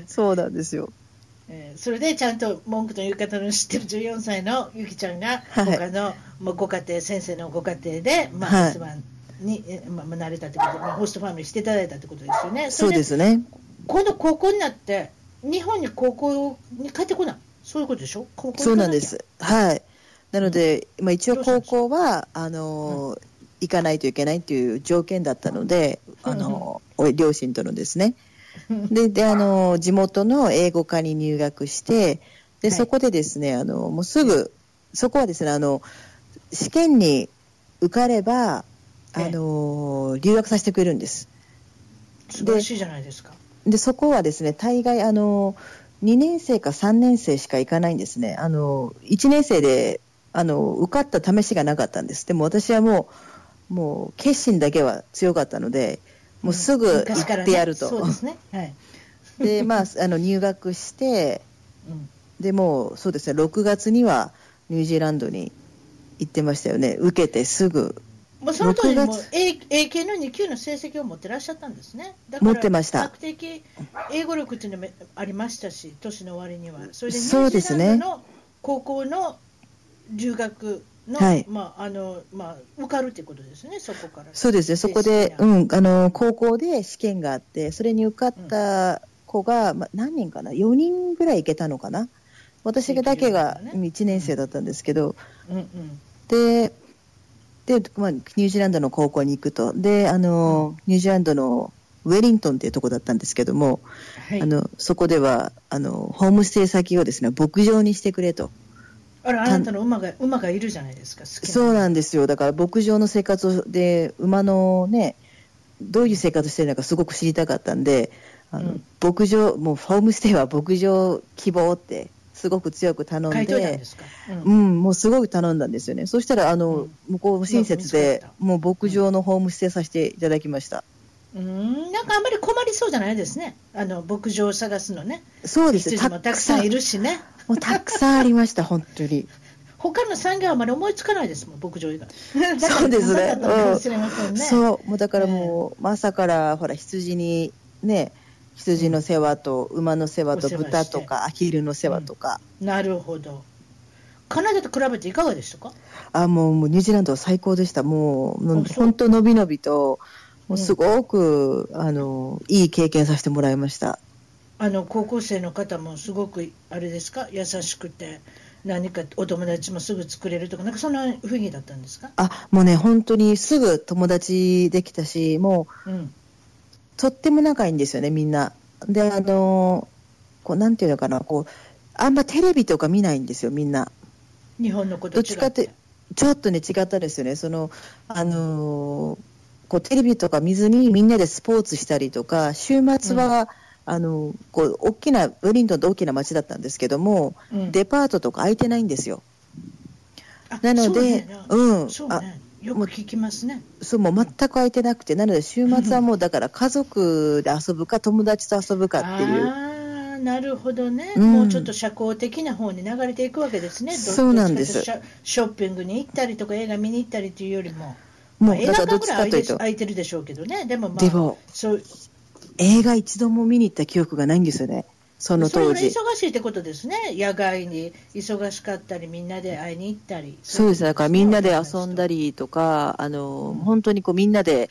Speaker 2: そうなんですよ。
Speaker 1: えーそれでちゃんと文句の言う方の知ってる14歳のゆきちゃんが
Speaker 2: はい
Speaker 1: 他の、まあご家庭先生のご家庭で、ま
Speaker 2: は
Speaker 1: あ、
Speaker 2: い
Speaker 1: 一番に、えーまあ、学れたってこと、まあ、ホストファミリーしていただいたってことですよね。。
Speaker 2: そうですすね。
Speaker 1: この高校になって日本に高校に帰ってこない。そういうことでしょ。高校に
Speaker 2: そうなんで
Speaker 1: 行か
Speaker 2: す。はい。なので、まあ、一応高校は、あの、行かないといけないという条件だったので、あの、お両親とのです
Speaker 1: な
Speaker 2: ね。
Speaker 1: きゃ。
Speaker 2: でであの地元の英語科に入学して
Speaker 1: は
Speaker 2: で
Speaker 1: い
Speaker 2: そこでですね、あのもうすぐそこはですねあの試験に受かればあ
Speaker 1: ええ
Speaker 2: の留学させてくれるんです
Speaker 1: 素晴らしいじゃないですか。
Speaker 2: でそこはですね大概あの2年生か3年生しか行かないんですねあの1年生であの受かった試しがなかったんですでも私はもうもう決心だけは強かったのでもうすぐ
Speaker 1: 昔か
Speaker 2: 行
Speaker 1: ら
Speaker 2: ってやると、
Speaker 1: ね、そうですね。はい。
Speaker 2: でまああの入学して
Speaker 1: うん。
Speaker 2: でもうそうですね6月にはニュージーランドに行ってましたよね受けてすぐ
Speaker 1: もうその当時
Speaker 2: 6
Speaker 1: もう A, A 系の2級の成績を持ってらっしゃったんですね。だ
Speaker 2: 持ってました
Speaker 1: 比較的英語力っていうのもありましたし、年の終わりには。それでニ
Speaker 2: そ
Speaker 1: ュー
Speaker 2: う
Speaker 1: ジ
Speaker 2: で
Speaker 1: ー
Speaker 2: す
Speaker 1: ラ
Speaker 2: ね
Speaker 1: ンドの高校の留学の、
Speaker 2: はい
Speaker 1: まああのまあ受かるってことですね。そこから。
Speaker 2: そうですねそこで、
Speaker 1: う。
Speaker 2: うんん、あの高校で試験があってそれに受かった子が、まあ、何人かな4人ぐらい行けたのかな私だけが
Speaker 1: ね
Speaker 2: 1年生だったんですけど
Speaker 1: うん。
Speaker 2: でで、まあ、ニュージーランドの高校に行くとであの、ニュージーランドのウェリントンっていうとこだったんですけども、
Speaker 1: はい。
Speaker 2: あのそこではあのホームステイ先をですね牧場にしてくれと
Speaker 1: あらあなたの馬が馬がいるじゃないですか。好きな
Speaker 2: そうなんですよだから牧場の生活をで馬のねどういう生活してるのかすごく知りたかったんであの、
Speaker 1: うん
Speaker 2: 牧場もうホームステイは牧場希望ってすごく強く頼ん
Speaker 1: 書
Speaker 2: で
Speaker 1: いといたんですか。うん
Speaker 2: うん、もうすごい頼んだんですよねそしたらあの、
Speaker 1: うん
Speaker 2: 向こうも親切
Speaker 1: う
Speaker 2: で
Speaker 1: まく見つかっ
Speaker 2: もう牧場のホームステイさせていただきました、
Speaker 1: うーん。なんかあんまり困りそうじゃないですね。あの牧場を探すのね。
Speaker 2: そうです
Speaker 1: 羊もたくさんいるしね。
Speaker 2: もうたくさんありました本当に
Speaker 1: 他の産業はあまり思いつかないですもん、牧場以外。
Speaker 2: <laughs> そうですね
Speaker 1: だから頑張ったのかもしれませんね。
Speaker 2: そう、もうだからもう、朝からほら羊にね、羊の世話と馬の世話と
Speaker 1: お世話して
Speaker 2: 豚とかアヒルの世話とか、
Speaker 1: なるほど。カナダと比べていかがでしたか
Speaker 2: あもうもうニュージーランドは最高でした。もうもう
Speaker 1: あそう
Speaker 2: 本当のびのびと、もうすごく、あのいい経験させてもらいました。
Speaker 1: あの高校生の方もすごくあれですか優しくて何かお友達もすぐ作れるとかなんかそんな雰囲気だったんですか、
Speaker 2: あもうね本当にすぐ友達できたし、もう
Speaker 1: うん、
Speaker 2: とっても仲いいんですよねみんな。であのこうなんていうのかなこうあんまテレビとか見ないんですよみんな。
Speaker 1: 日本のこと違
Speaker 2: どっちかってちょっとね違ったですよねそのあのーこうテレビとか見ずにみんなでスポーツしたりとか週末は、あのーこう大きなウェリントンって大きな町だったんですけども、
Speaker 1: うん
Speaker 2: デパートとか開いてないんですよ
Speaker 1: あ
Speaker 2: なので
Speaker 1: そうね,、
Speaker 2: うん
Speaker 1: そう
Speaker 2: あ
Speaker 1: ねよく聞きますね
Speaker 2: そうもう全く開いてなくてなので週末はもうだから家族で遊ぶか友達と遊ぶかっていう
Speaker 1: ああなるほどね、
Speaker 2: うん
Speaker 1: もうちょっと社交的な方に流れていくわけですね、ど
Speaker 2: そうなんです
Speaker 1: どっちかというとシャショッピングに行ったりとか、映画見に行ったりというよりも、
Speaker 2: も
Speaker 1: まあ
Speaker 2: う
Speaker 1: 映
Speaker 2: だ
Speaker 1: 画
Speaker 2: からど
Speaker 1: 館
Speaker 2: っ
Speaker 1: ぐ
Speaker 2: ち
Speaker 1: ら
Speaker 2: か
Speaker 1: い
Speaker 2: と
Speaker 1: 空
Speaker 2: い
Speaker 1: いう
Speaker 2: と
Speaker 1: 空いてるでしょうけどね、でもまあ、
Speaker 2: でも
Speaker 1: そう
Speaker 2: 映画一度も見に行った記憶がないんですよねその
Speaker 1: それぐ
Speaker 2: 当
Speaker 1: らい
Speaker 2: 時
Speaker 1: 忙しいってことですね、野外に忙しかったり、みんなで会いに行ったり、
Speaker 2: そうですね、だからみんなで遊んだ
Speaker 1: り、
Speaker 2: りとか、あの本当にこうみんなで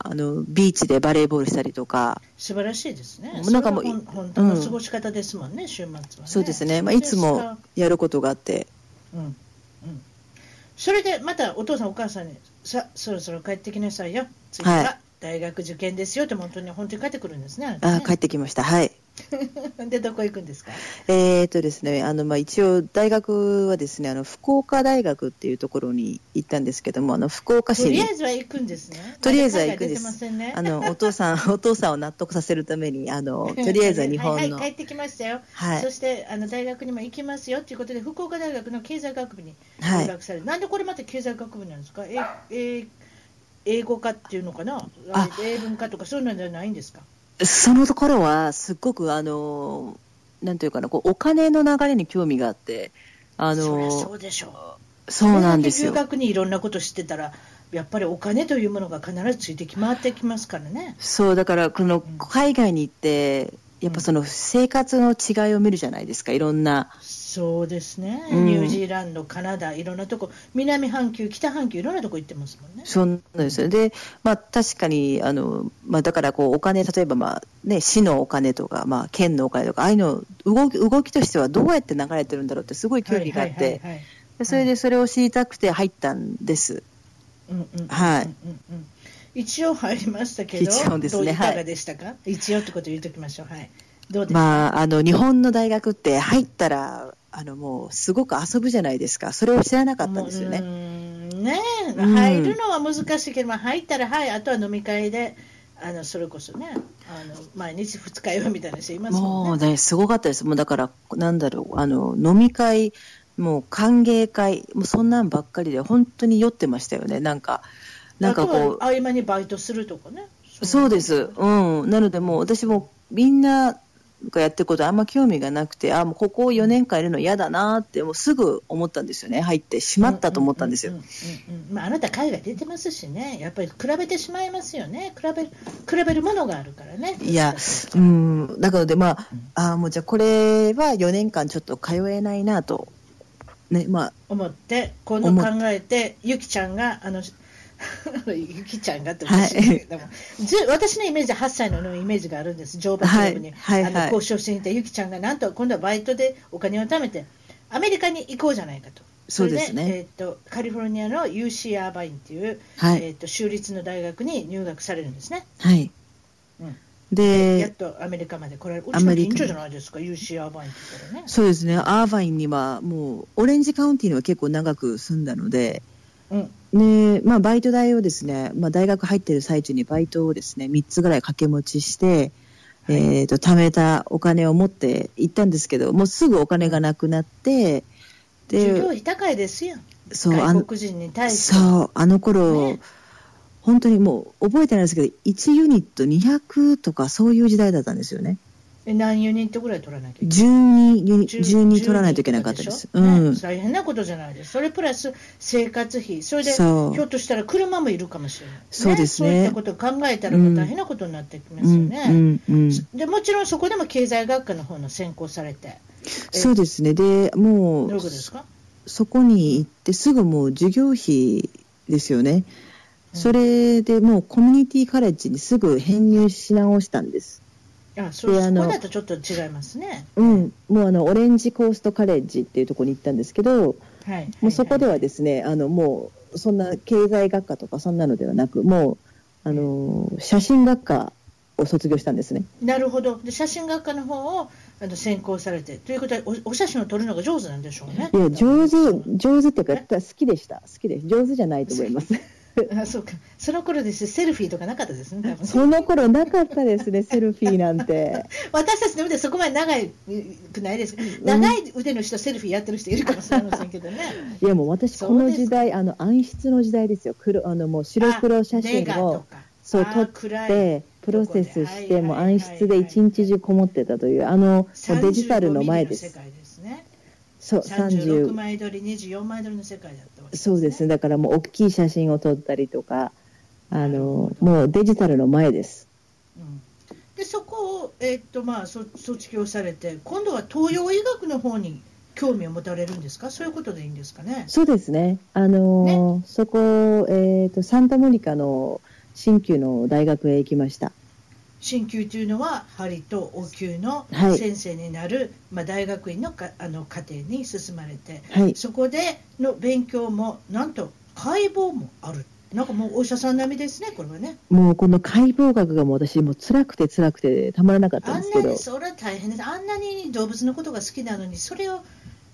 Speaker 2: あのビーチでバレーボールしたりとか、
Speaker 1: 素晴らしいですね、
Speaker 2: なんかもう
Speaker 1: それがほん本当の過ごし方ですもんね、週末は、ね、
Speaker 2: そうですね、まあ、いつ
Speaker 1: そうですか
Speaker 2: もやることがあって、
Speaker 1: うんうんそれでまたお父さんお母さんにさそろそろ帰ってきなさいよ次ははい大学受験ですよって本当に本当に帰ってくるんですね。
Speaker 2: あ
Speaker 1: ね
Speaker 2: 帰ってきました、はい、
Speaker 1: <laughs> でどこ行くんですか
Speaker 2: えーとですね、あのまあ一応、大学はですねあの福岡大学っていうところに行ったんですけども、あの福岡市
Speaker 1: とり
Speaker 2: に
Speaker 1: あえずは行くんですね
Speaker 2: とりあえずは行く
Speaker 1: まだ海外出
Speaker 2: んで
Speaker 1: て
Speaker 2: す
Speaker 1: ませんね
Speaker 2: あのお父さんお父さんを納得させるためにあ
Speaker 1: <laughs>
Speaker 2: の、とりあえずは日本の、
Speaker 1: はいはい、帰ってきましたよ、
Speaker 2: はい
Speaker 1: そしてあの大学にも行きますよということで福岡大学の経済学部に
Speaker 2: はい
Speaker 1: 入学される、なんでこれまた経済学部なんですかええ英語科っていうのかな
Speaker 2: あ
Speaker 1: 英文科とかそういうのじゃないんですか
Speaker 2: そのところはすっごくあのなんていうかなこうお金の流れに興味があってあ
Speaker 1: そりゃ
Speaker 2: の
Speaker 1: そ
Speaker 2: そう
Speaker 1: うでしょう
Speaker 2: なんですよ
Speaker 1: 留学にいろんなこと知ってたらやっぱりお金というものが必ずついてき回ってきますからね
Speaker 2: そうだからこ
Speaker 1: う
Speaker 2: の
Speaker 1: ん
Speaker 2: 海外に行ってやっぱその生活の違いを見るじゃないですかいろんな
Speaker 1: そうですね、
Speaker 2: うん
Speaker 1: ニュージーランドカナダいろんなとこ南半球北半球いろんなとこ行ってますもんね
Speaker 2: そうなんですよで、まあ、確かにあの、まあ、だからこうお金例えば、まあね、市のお金とか、まあ、県のお金とかああいうの動き動きとしてはどうやって流れてるんだろうってすごい興味があって、
Speaker 1: はいはいはいはい
Speaker 2: でそれでそれを知りたくて入ったんです。
Speaker 1: うんうんうんうん
Speaker 2: はい
Speaker 1: うんうん一応入りましたけど、
Speaker 2: 一応ですね
Speaker 1: どうい
Speaker 2: はい
Speaker 1: かがでしたか、一応ってこと言っときましょう、はい、どうですか、
Speaker 2: まあ、あの日本の大学って入ったらあのもうすごく遊ぶじゃないですかそれを知らなかったんですよ
Speaker 1: うー
Speaker 2: ね。
Speaker 1: んねえ
Speaker 2: うん
Speaker 1: 入るのは難しいけど、まあ、入ったら、はい、あとは飲み会で、あのそれこそね、あの毎日二日酔いみたいな人います
Speaker 2: も
Speaker 1: も
Speaker 2: うん
Speaker 1: ね。
Speaker 2: ねすごかったです。もうだからなんだろうあの飲み会もう歓迎会もうそんなんばっかりで本当に酔ってましたよねなんかなんかこう
Speaker 1: あとは合間にバイトするとかね。
Speaker 2: そうです、うん、なので、もう私もみんながやってること、あんま興味がなくて、あもうここ4年間いるの嫌だなって、もうすぐ思ったんですよね、入ってしまったと思ったんです
Speaker 1: う。
Speaker 2: よ
Speaker 1: うんうんうんまあ、あなた、海外出てますしね、やっぱり比べてしまいますよね、比べる比べるものがあるからね。
Speaker 2: いや、うん、だからで、まあ、あもうじゃあ、これは4年間ちょっと通えないなと、ねまあ、
Speaker 1: 思って、この考えて、ゆきちゃんが、あの、 <laughs> ゆきちゃんがっておかしいけれども、ず私のイメージは8歳ののイメージがあるんです、乗馬クラブに、
Speaker 2: はいはい
Speaker 1: あ
Speaker 2: は
Speaker 1: の
Speaker 2: い
Speaker 1: 交渉していたゆきちゃんが、なんと今度はバイトでお金を貯めて、アメリカに行こうじゃないかと。
Speaker 2: そうですね
Speaker 1: れえーっとカリフォルニアの UC アーバインっていう、
Speaker 2: はい
Speaker 1: えーっと州立の大学に入学されるんですね、
Speaker 2: はい。
Speaker 1: うんやっ
Speaker 2: で、
Speaker 1: とアメリカまで来られる、う
Speaker 2: ア
Speaker 1: ちの
Speaker 2: メリカ
Speaker 1: 近所じゃないですか、UC アーバインって言ったらね。
Speaker 2: そうですね、アーバインには、もう、オレンジカウンティーには結構長く住んだので、
Speaker 1: うん
Speaker 2: ねまあ、バイト代をですね、まあ、大学入ってる最中にバイトをですね3つぐらい掛け持ちして、えー、と貯めたお金を持って行ったんですけどもうすぐお金がなくなって
Speaker 1: 授業
Speaker 2: で
Speaker 1: 費高いですやん、
Speaker 2: そうあ
Speaker 1: 外
Speaker 2: の
Speaker 1: 国人に対して。
Speaker 2: そうあの頃、
Speaker 1: ね
Speaker 2: 本当にもう覚えてないですけど1ユニット200とかそういう時代だったんですよね
Speaker 1: え何ユニットぐらい取らなきゃいけない
Speaker 2: 12ユニ
Speaker 1: 10
Speaker 2: 12取らないといけなかったです。
Speaker 1: 10
Speaker 2: うん
Speaker 1: ね大変なことじゃないです。それプラス生活費、それでひ
Speaker 2: そう
Speaker 1: ょっとしたら車もいるかもしれない。
Speaker 2: そうですね
Speaker 1: そういったことを考えたらもう大変なことになってきますよね。
Speaker 2: うんうんうん
Speaker 1: でもちろんそこでも経済学科の方の専攻されて、
Speaker 2: そうですねでも
Speaker 1: どういう
Speaker 2: う
Speaker 1: ことですか
Speaker 2: そこに行ってすぐもう授業費ですよね、
Speaker 1: うん
Speaker 2: それでもうコミュニティカレッジにすぐ編入し直したんです、
Speaker 1: あそう
Speaker 2: で
Speaker 1: そ
Speaker 2: あの
Speaker 1: こだとちょっと違いますね。
Speaker 2: うん、もうあのオレンジコーストカレッジっていうところに行ったんですけど
Speaker 1: はい、
Speaker 2: もうそこで
Speaker 1: は
Speaker 2: はですねあのもうそんな経済学科とかそんなのではなくもうあの写真学科を卒業したんですね
Speaker 1: いなるほどで写真学科の方をあの専攻されてということはおお写真を撮るのが上手なんでしょうね。
Speaker 2: いや上手上手っていうか好きでした好きで上手じゃないと思います
Speaker 1: <laughs> あそうかその頃ですセルフィーとかなかったですね多分
Speaker 2: その頃なかったで
Speaker 1: <laughs>
Speaker 2: すねセルフィーなんて。
Speaker 1: 私たちの腕そこまで長いくないです長い腕の人、セルフィーやってる人いるかもしれませんけどね
Speaker 2: いやもう私この時代あの暗室の時代ですよ黒あのもう白黒写真
Speaker 1: あネガと
Speaker 2: を
Speaker 1: か
Speaker 2: そう
Speaker 1: あ
Speaker 2: 撮っ
Speaker 1: 暗い
Speaker 2: てプロセス
Speaker 1: は
Speaker 2: し
Speaker 1: いはい
Speaker 2: てもう暗室で一日中こもってたというあのもうデジタルの前
Speaker 1: 35
Speaker 2: で
Speaker 1: ミリ世
Speaker 2: す
Speaker 1: 界ですね
Speaker 2: そう
Speaker 1: 36
Speaker 2: 30
Speaker 1: 枚撮り24枚撮りの世界だったわけ
Speaker 2: そうですねだからもう大きい写真を撮ったりとかあのもうデジタルの前です
Speaker 1: うんでそこを、えーっとまあ、そ卒業されて今度は東洋医学の方に興味を持たれるんですかそういうことでいいんですかね
Speaker 2: そうですねあのそこえっとサンタモニカの新旧の大学へ行きました
Speaker 1: 鍼灸というのは針とお灸の
Speaker 2: はい
Speaker 1: 先生になる、まあ、大学院のかあの課程に進まれて
Speaker 2: はい
Speaker 1: そこでの勉強もなんと解剖もあるなんかもうお医者さん並みですね、これはね。
Speaker 2: もうこの解剖学がもう私もう辛くて辛くてたまらなかった
Speaker 1: あ
Speaker 2: んです
Speaker 1: ん
Speaker 2: け
Speaker 1: な
Speaker 2: ど
Speaker 1: に、それは大変です。あんなに動物のことが好きなのに、それを、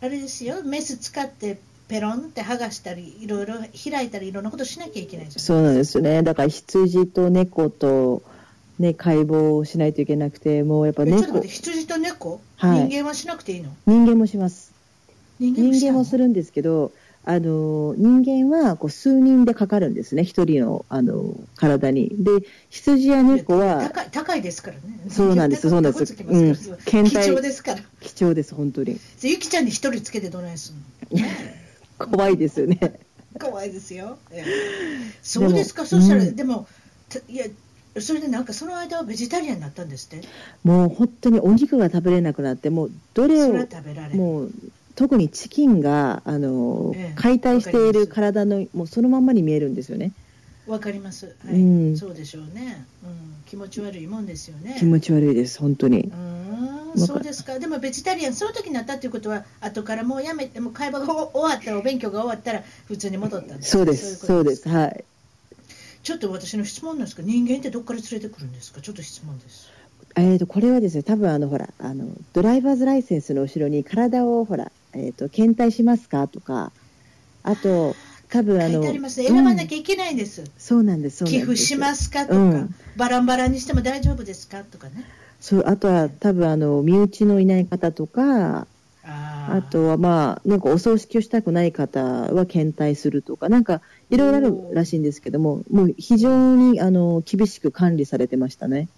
Speaker 1: あれですよ、メス使って、ペロンって剥がしたり、いろいろ開いたり、いろんなことしなきゃいけないじゃん。
Speaker 2: そうなんですよね。だから羊と猫とね解剖をしないといけなくて、もうやっぱ
Speaker 1: えちょっと待っ
Speaker 2: 猫
Speaker 1: て、羊と猫、
Speaker 2: はい
Speaker 1: 人間はしなくていいの
Speaker 2: 人間もします。
Speaker 1: 人間もし
Speaker 2: 人
Speaker 1: た
Speaker 2: 間
Speaker 1: の
Speaker 2: もするんですけど、あの人間はこう数人でかかるんですね、一人のあの体に。で、羊や猫は
Speaker 1: 高い高いですからね。
Speaker 2: そうなんですそうなん
Speaker 1: 高
Speaker 2: です
Speaker 1: くつきますから
Speaker 2: うん検体
Speaker 1: 貴重ですから。
Speaker 2: 貴重です、本当に。
Speaker 1: ゆきちゃんに一人つけてどないすんの
Speaker 2: 怖いですよね。
Speaker 1: 怖いですよ。え
Speaker 2: <laughs>
Speaker 1: えそうですか、そしたら、
Speaker 2: うん
Speaker 1: でも、たいや、それでなんかその間はベジタリアンになったんですって。
Speaker 2: もう本当にお肉が食べれなくなって、もうどれ
Speaker 1: それは
Speaker 2: を、
Speaker 1: 食べられる。
Speaker 2: もう特にチキンがあの、
Speaker 1: ええ
Speaker 2: 解体してい
Speaker 1: わ
Speaker 2: る
Speaker 1: か
Speaker 2: 体の、もうそのまんまに見えるんですよね。
Speaker 1: わかります。はい、
Speaker 2: うん
Speaker 1: そうでしょうね、うん。気持ち悪いもんですよね。
Speaker 2: 気持ち悪いです、本当に
Speaker 1: う。ーんそうですか。でもベジタリアン、その時になったということは、後からもうやめて、もう会話が終わったら、お勉強が終わったら、普通に戻ったんですか。
Speaker 2: そうです、
Speaker 1: い
Speaker 2: そう
Speaker 1: こと
Speaker 2: です、はい。
Speaker 1: ちょっと私の質問なんですけど、人間ってどこから連れてくるんですか。ちょっと質問です。
Speaker 2: えー、とこれはですね、多分あのほらあのドライバーズライセンスの後ろに体をほら、えー、と検体しますかとか、あと多分
Speaker 1: 書
Speaker 2: あ
Speaker 1: い
Speaker 2: の
Speaker 1: てありますね。選ばな
Speaker 2: うん
Speaker 1: きゃいけないんです。
Speaker 2: そうなんです、そうなん
Speaker 1: 寄
Speaker 2: です
Speaker 1: 付しますかとか、
Speaker 2: うん
Speaker 1: バランバランにしても大丈夫ですかとかね。
Speaker 2: そうあとは多分あの身内のいない方とか、
Speaker 1: あー
Speaker 2: あとはまあなんかお葬式をしたくない方は検体するとか、なんかいろいろあるらしいんですけども、もう非常にあの厳しく管理されてましたね。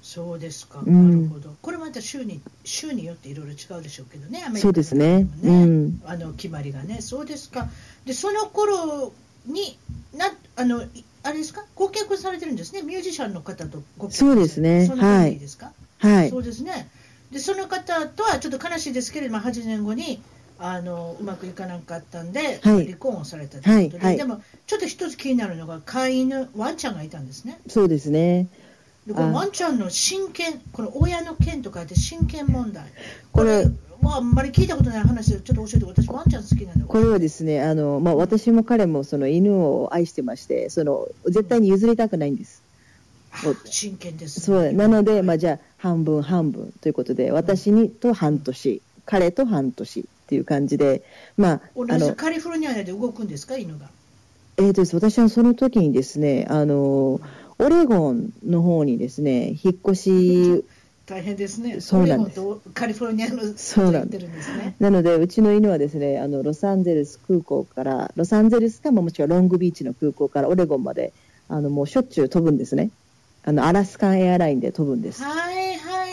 Speaker 1: そうですか、
Speaker 2: うん
Speaker 1: なるほど。これまた州に州によっていろいろ違うでしょうけどね、アメリカの
Speaker 2: そうですね
Speaker 1: 中で
Speaker 2: う
Speaker 1: も
Speaker 2: ん
Speaker 1: あの決まりがね、そうですか。でその頃になあのいあれですか、ご結婚されてるんですね、ミュージシャンの方とご結婚
Speaker 2: そうですね
Speaker 1: その方でいいですか。
Speaker 2: はい
Speaker 1: そうですね。でその方とはちょっと悲しいですけれども、8年後にあのうまくいかなかったんで、
Speaker 2: はい
Speaker 1: 離婚をされたということで、
Speaker 2: はいはい
Speaker 1: でもちょっと一つ気になるのが飼い犬ワンちゃんがいたんですね。
Speaker 2: そうですね
Speaker 1: でこの
Speaker 2: あ
Speaker 1: ワンちゃんの親権、この親の権と書いて親権問題、こ
Speaker 2: こ
Speaker 1: れ
Speaker 2: れ
Speaker 1: はあんまり聞いたことない話で、ちょっと教えて、私、ワンちゃん好きなんで、
Speaker 2: これはですね、あのまあ、私も彼もその犬を愛してまして、その絶対に譲りたくないんです。
Speaker 1: あ親権です、
Speaker 2: そうなので、まあ、じゃあ半分半分ということで、私にと半年、彼と半年っていう感じで、まあ、
Speaker 1: 同
Speaker 2: あ
Speaker 1: じ
Speaker 2: の
Speaker 1: カリフォルニアで動くんですか、犬が。
Speaker 2: えーとです私はその時にですね、あのオレゴンの方にですね、引っ越し、
Speaker 1: 大変ですね、
Speaker 2: そうなんです
Speaker 1: オレゴンとカリフォルニアの
Speaker 2: そう
Speaker 1: や
Speaker 2: な
Speaker 1: っ
Speaker 2: ん
Speaker 1: て
Speaker 2: で
Speaker 1: るんですね。
Speaker 2: なので、うちの犬はですね、あのロサンゼルス空港から、ロサンゼルスか、まあもしくはロングビーチの空港からオレゴンまで、あのもうしょっちゅう飛ぶんですね。あのアラスカンエアラインで飛ぶんです。
Speaker 1: はいはい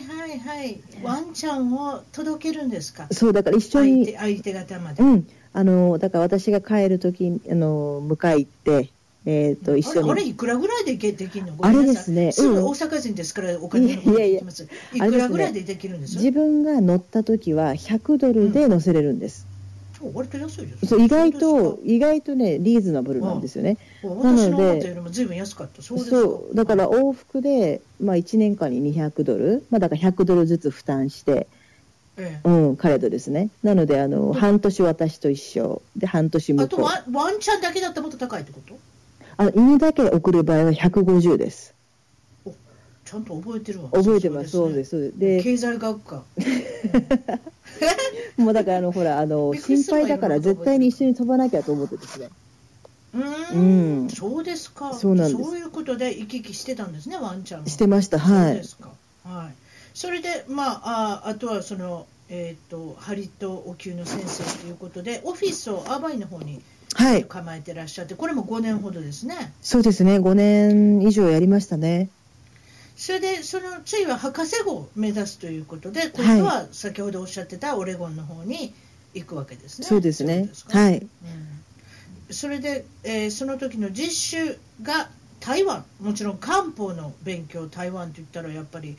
Speaker 1: はいはいはい、ワンちゃんを届けるんですか、
Speaker 2: そうだから一緒
Speaker 1: 相
Speaker 2: に
Speaker 1: 手相手方まで
Speaker 2: う。ん、あのだから私が帰るときあの迎え行って、えー、と一緒に
Speaker 1: あれあれいくらぐらいででできるの
Speaker 2: あれですね
Speaker 1: ごめんなさいすぐ
Speaker 2: うん
Speaker 1: 大阪人ですからお金のこと
Speaker 2: いやいや
Speaker 1: 聞きますい
Speaker 2: あ
Speaker 1: く
Speaker 2: れですね
Speaker 1: らぐらいでできるんです
Speaker 2: 自分が乗ったときは100ドルで乗せれるんです、
Speaker 1: お割と安いですね
Speaker 2: そう意外と
Speaker 1: そうですか
Speaker 2: 意外とねリーズナブルなんですよね、
Speaker 1: お
Speaker 2: なので
Speaker 1: 私の思ったよりもずいぶん安かったそうです
Speaker 2: そうだから往復で、まあ、1年間に200ドル、まあ、だから100ドルずつ負担して、
Speaker 1: ええ
Speaker 2: うん、彼とですねなのであの半年私と一緒で半年
Speaker 1: あ
Speaker 2: 向
Speaker 1: と
Speaker 2: こう
Speaker 1: ワンワンちゃんだけだったらもっと高いってこと
Speaker 2: あの犬だけ送る場合は150です
Speaker 1: ちゃんと覚えてるわ
Speaker 2: 覚えてます
Speaker 1: そ
Speaker 2: そうう
Speaker 1: で
Speaker 2: ですすそうです
Speaker 1: ね
Speaker 2: で
Speaker 1: 経済学科
Speaker 2: もうだからあのほらあの
Speaker 1: びっくり
Speaker 2: 心
Speaker 1: するわ
Speaker 2: 配だから絶対に一緒に飛ばなきゃと思ってですね。
Speaker 1: うー
Speaker 2: うんん
Speaker 1: そうですか
Speaker 2: そうなんです
Speaker 1: そういうことで行き来してたんですねワンちゃんは
Speaker 2: してました
Speaker 1: そ
Speaker 2: は
Speaker 1: う
Speaker 2: い
Speaker 1: で。すか。はい。それでまあああとはそのえっ、とハリとお給の先生ということでオフィスをアバイの方に
Speaker 2: はい。
Speaker 1: 構えてらっしゃって、これも5年ほどですね。
Speaker 2: そうですね。5年以上やりましたね。
Speaker 1: それでその次は博士号を目指すということで、今度は先ほどおっしゃってたオレゴンの方に行くわけですね。
Speaker 2: そうです
Speaker 1: そう
Speaker 2: ね
Speaker 1: です。か
Speaker 2: はい。
Speaker 1: うんそれで、えーその時の実習が台湾もちろん漢方の勉強台湾と言ったらやっぱり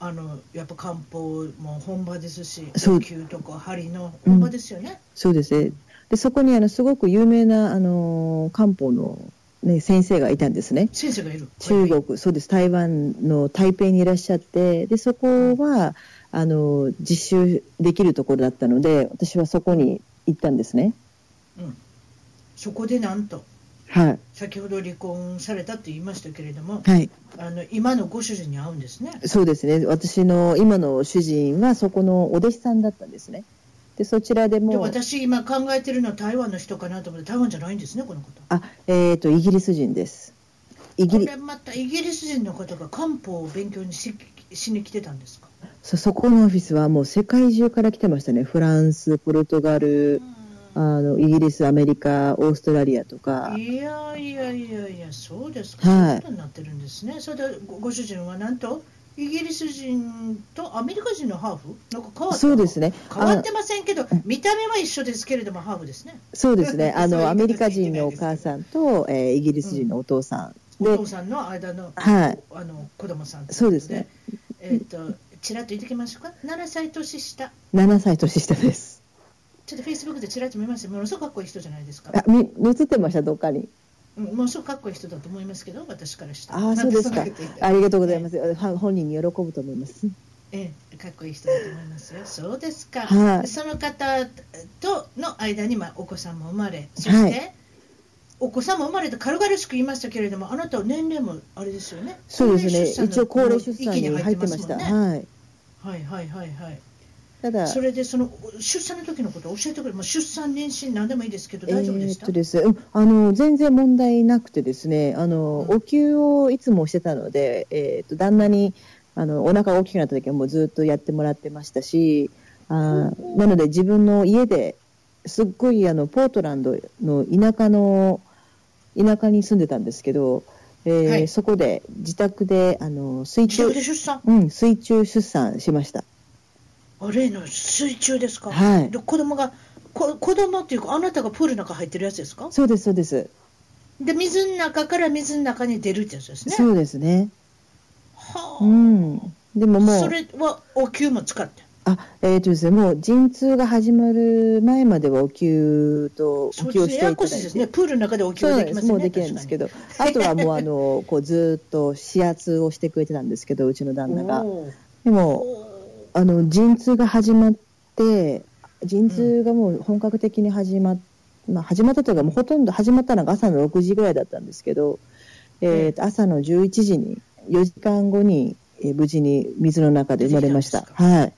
Speaker 1: あのやっぱ漢方も本場ですし
Speaker 2: そう
Speaker 1: 灸とか針の本場ですよね、
Speaker 2: そうですね。で、そこにあの、すごく有名な、あの、漢方の、ね、先生がいたんですね。
Speaker 1: 先生がいる
Speaker 2: 中国、そうです。台湾の台北にいらっしゃって、で、そこは、あの、実習できるところだったので、私はそこに行ったんですね。
Speaker 1: そこでなんと
Speaker 2: はい。
Speaker 1: 先ほど離婚されたと言いましたけれども、
Speaker 2: はい。
Speaker 1: あの今のご主人に会うんですね。
Speaker 2: そうですね。私の今の主人はそこのお弟子さんだったんですね。で、そちらで
Speaker 1: で
Speaker 2: も、
Speaker 1: 私、今考えてるのは台湾の人かなと思って、台湾じゃないんですね、この方。
Speaker 2: あ、えっ、と、イギリス人です。イギ
Speaker 1: こ
Speaker 2: リ
Speaker 1: れまたイギリス人の方が漢方を勉強にししに来てたんですか。
Speaker 2: そ、そこのオフィスはもう世界中から来てましたね。フランス、ポルトガル、あの、イギリス、アメリカ、オーストラリアとか。
Speaker 1: いやいやいやいや、そうですか、
Speaker 2: は
Speaker 1: そう
Speaker 2: い
Speaker 1: いうことになってるんですね。それでごご主人はなんと、イギリス人とアメリカ人のハーフなんか変わった
Speaker 2: そうですね。
Speaker 1: 変わってませんけど、見た目は一緒ですけれども、ハーフですね。
Speaker 2: そうですね。あ
Speaker 1: そういう
Speaker 2: の、アメリカ人
Speaker 1: 言い
Speaker 2: の
Speaker 1: 方
Speaker 2: お
Speaker 1: できないで
Speaker 2: 母
Speaker 1: すけど
Speaker 2: さんと、えーイギリス人のお父さん
Speaker 1: お
Speaker 2: で、
Speaker 1: 父さんの間の
Speaker 2: はい。
Speaker 1: あの子供さん、
Speaker 2: そうですね。
Speaker 1: えっ、と、ちらっと言ってきましょうか。7歳年下。
Speaker 2: 7歳年下です。
Speaker 1: ちょっとフェイスブックでちらっと見ました。ものすごくかっこいい人じゃないですか。
Speaker 2: あ、み、映ってました、どっかに。
Speaker 1: うんものすごくかっこいい人だと思いますけど、私からしたら。
Speaker 2: ああ、そうです
Speaker 1: な
Speaker 2: か
Speaker 1: んそんなこと言っ。て
Speaker 2: ありがとうございます。は本人に喜ぶと思います。
Speaker 1: ええ、かっこいい人だと思いますよ。そうですか。
Speaker 2: はい
Speaker 1: その方との間に、まあ、お子さんも生まれ、そして、
Speaker 2: はい
Speaker 1: お子さんも生まれて軽々しく言いましたけれども、あなたは年齢もあれですよね。
Speaker 2: そうですね。一応高齢出
Speaker 1: もう
Speaker 2: 産
Speaker 1: 域
Speaker 2: に入ってました。
Speaker 1: もんね
Speaker 2: はい。
Speaker 1: はいはいはいはい。
Speaker 2: ただ、
Speaker 1: それでその出産の時のことを教えてくれ、まあ、出産、妊娠、何でもいいですけど、
Speaker 2: え
Speaker 1: 大丈夫でし、
Speaker 2: ーったとですね、うんあの全然問題なくてですね、あの
Speaker 1: うん
Speaker 2: お灸をいつもしてたので、えー、と旦那にあのお腹が大きくなった時はもうずっとやってもらってましたし、あーなので自分の家ですっごいあのポートランドの田舎の田舎に住んでたんですけど、えー
Speaker 1: はい
Speaker 2: そこで自宅であの水
Speaker 1: 自
Speaker 2: 中
Speaker 1: 宅で出産、
Speaker 2: うん水中出産しました。
Speaker 1: あ例の水中ですか、
Speaker 2: はい
Speaker 1: で子供がこ子供っていうか、あなたがプールの中入ってるやつですか、
Speaker 2: そうですそうです。
Speaker 1: で水の中から水の中に出るってやつですね。
Speaker 2: そうですね。
Speaker 1: はあ
Speaker 2: うん。でももう
Speaker 1: それはお給も使って、
Speaker 2: あ、えーとですね、もう陣痛が始まる前まではお灸とお
Speaker 1: そう
Speaker 2: 灸をしてい
Speaker 1: や
Speaker 2: ただ
Speaker 1: や
Speaker 2: い
Speaker 1: こ
Speaker 2: て、
Speaker 1: しいですね、プールの中でお給
Speaker 2: そう
Speaker 1: で
Speaker 2: なん
Speaker 1: き
Speaker 2: で、
Speaker 1: ますすね、
Speaker 2: もうできないんですけ
Speaker 1: ど、
Speaker 2: ど、あとはもうあのこうずーっと指圧をしてくれてたんですけど、うちの旦那が。
Speaker 1: おー
Speaker 2: でも
Speaker 1: お
Speaker 2: あの陣痛が始まって、陣痛がもう本格的に始まっ、まあ始まったというかもうほとんど始まったのが朝の6時ぐらいだったんですけど、えーと朝の11時に4時間後に、えー無事に水の中で生まれまし
Speaker 1: 出
Speaker 2: た。
Speaker 1: てき
Speaker 2: はい。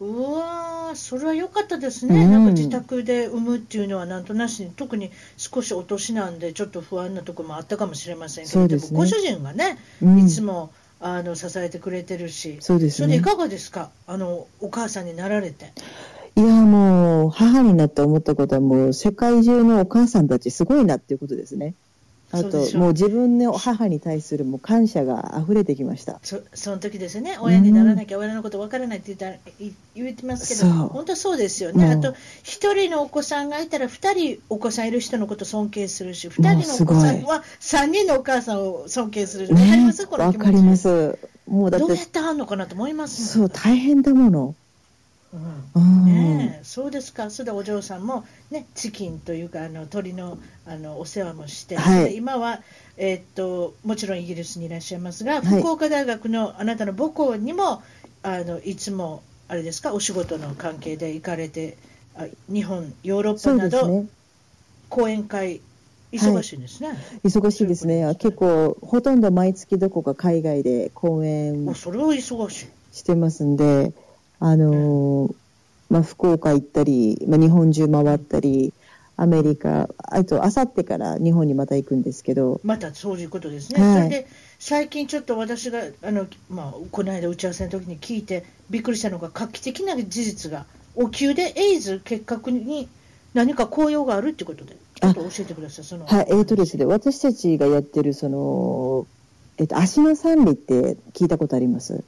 Speaker 1: ーうわー、それは良かったですね、
Speaker 2: うん
Speaker 1: なんか自宅で産むっていうのは、なんとなしに、特に少しお年なんで、ちょっと不安なところもあったかもしれませんけ
Speaker 2: そ
Speaker 1: れ
Speaker 2: う
Speaker 1: ど
Speaker 2: で
Speaker 1: も、
Speaker 2: すね
Speaker 1: ご主人がね、
Speaker 2: うん
Speaker 1: いつもあの支えてくれてるし、
Speaker 2: そうです
Speaker 1: そ
Speaker 2: ね。
Speaker 1: れでいかがですか、あのお母さんになられて。
Speaker 2: いやもう母になって思ったことはもう世界中のお母さんたちすごいなっていうことですね。あ
Speaker 1: そう
Speaker 2: と
Speaker 1: でしょう
Speaker 2: もう自分の母に対するもう感謝が溢れてきました。
Speaker 1: そその時ですよね、親にならなきゃ親のこと分からないって言ったい言ってますけど、
Speaker 2: そう
Speaker 1: 本当そうですよね、
Speaker 2: う
Speaker 1: あ
Speaker 2: ん
Speaker 1: と1人のお子さんがいたら、2人お子さんいる人のこと尊敬するし、2人
Speaker 2: もう
Speaker 1: のお
Speaker 2: す
Speaker 1: 子
Speaker 2: ごい
Speaker 1: さんは3人のお母さんを尊敬する、わかり
Speaker 2: ね
Speaker 1: ます、この
Speaker 2: わ
Speaker 1: 気持ち
Speaker 2: かりま、す。もうだっ
Speaker 1: どう
Speaker 2: て
Speaker 1: やってはんのかなと思います
Speaker 2: そう大変だもの。
Speaker 1: もん、
Speaker 2: うん。
Speaker 1: うんねえそうですか、それでお嬢さんも、ね、チキンというか、あの鳥のあのお世話もして、
Speaker 2: はい
Speaker 1: それで今は、えーっと、もちろんイギリスにいらっしゃいますが、
Speaker 2: い
Speaker 1: 福岡大学のあなたの母校にも、あのいつもあれですか、お仕事の関係で行かれて、あ日本、ヨーロッ
Speaker 2: そ
Speaker 1: パ
Speaker 2: う
Speaker 1: な
Speaker 2: です
Speaker 1: ど、
Speaker 2: ね。
Speaker 1: 講演会、忙しいんですね。
Speaker 2: 忙しいですね。結構ほとんど毎月どこか海外で講演
Speaker 1: もうそれは忙しい。
Speaker 2: してますんで、あのーまあ、福岡行ったり、まあ、日本中回ったり、アメリカ、あと、あさってから日本にまた行くんですけど、
Speaker 1: またそういうことですね、
Speaker 2: はい
Speaker 1: それで最近ちょっと私があの、まあ、この間打ち合わせの時に聞いてびっくりしたのが画期的な事実がお灸でエイズ結核に何か効用があるってことでちょっと教えてくださいその
Speaker 2: はい、えーとですね、私たちがやってる、その、えっと、足の三里って聞いたことあります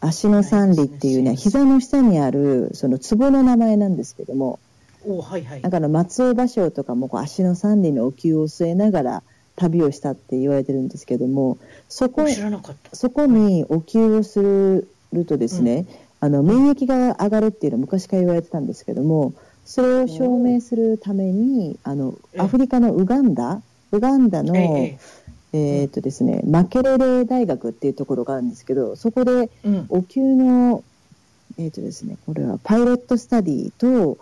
Speaker 2: 足の三里っていう
Speaker 1: ない
Speaker 2: ね、
Speaker 1: ですね
Speaker 2: 膝の下にある、その、壺の名前なんですけども、
Speaker 1: おはいはい
Speaker 2: なんかあの、松尾芭蕉とかも、こう、足の三里のお灸を据えながら旅をしたって言われてるんですけども、そこ、
Speaker 1: 知らなかった
Speaker 2: そこにお灸をするとですね、あの免疫が上がるっていうのは昔から言われてたんですけどもそれを証明するためにあの
Speaker 1: ええ
Speaker 2: アフリカのウガンダウガンダの、
Speaker 1: ええ
Speaker 2: え
Speaker 1: え
Speaker 2: ーっとですね、マケレレ大学っていうところがあるんですけどそこで
Speaker 1: えうん
Speaker 2: お灸の、えーっとですね、これはパイロットスタディと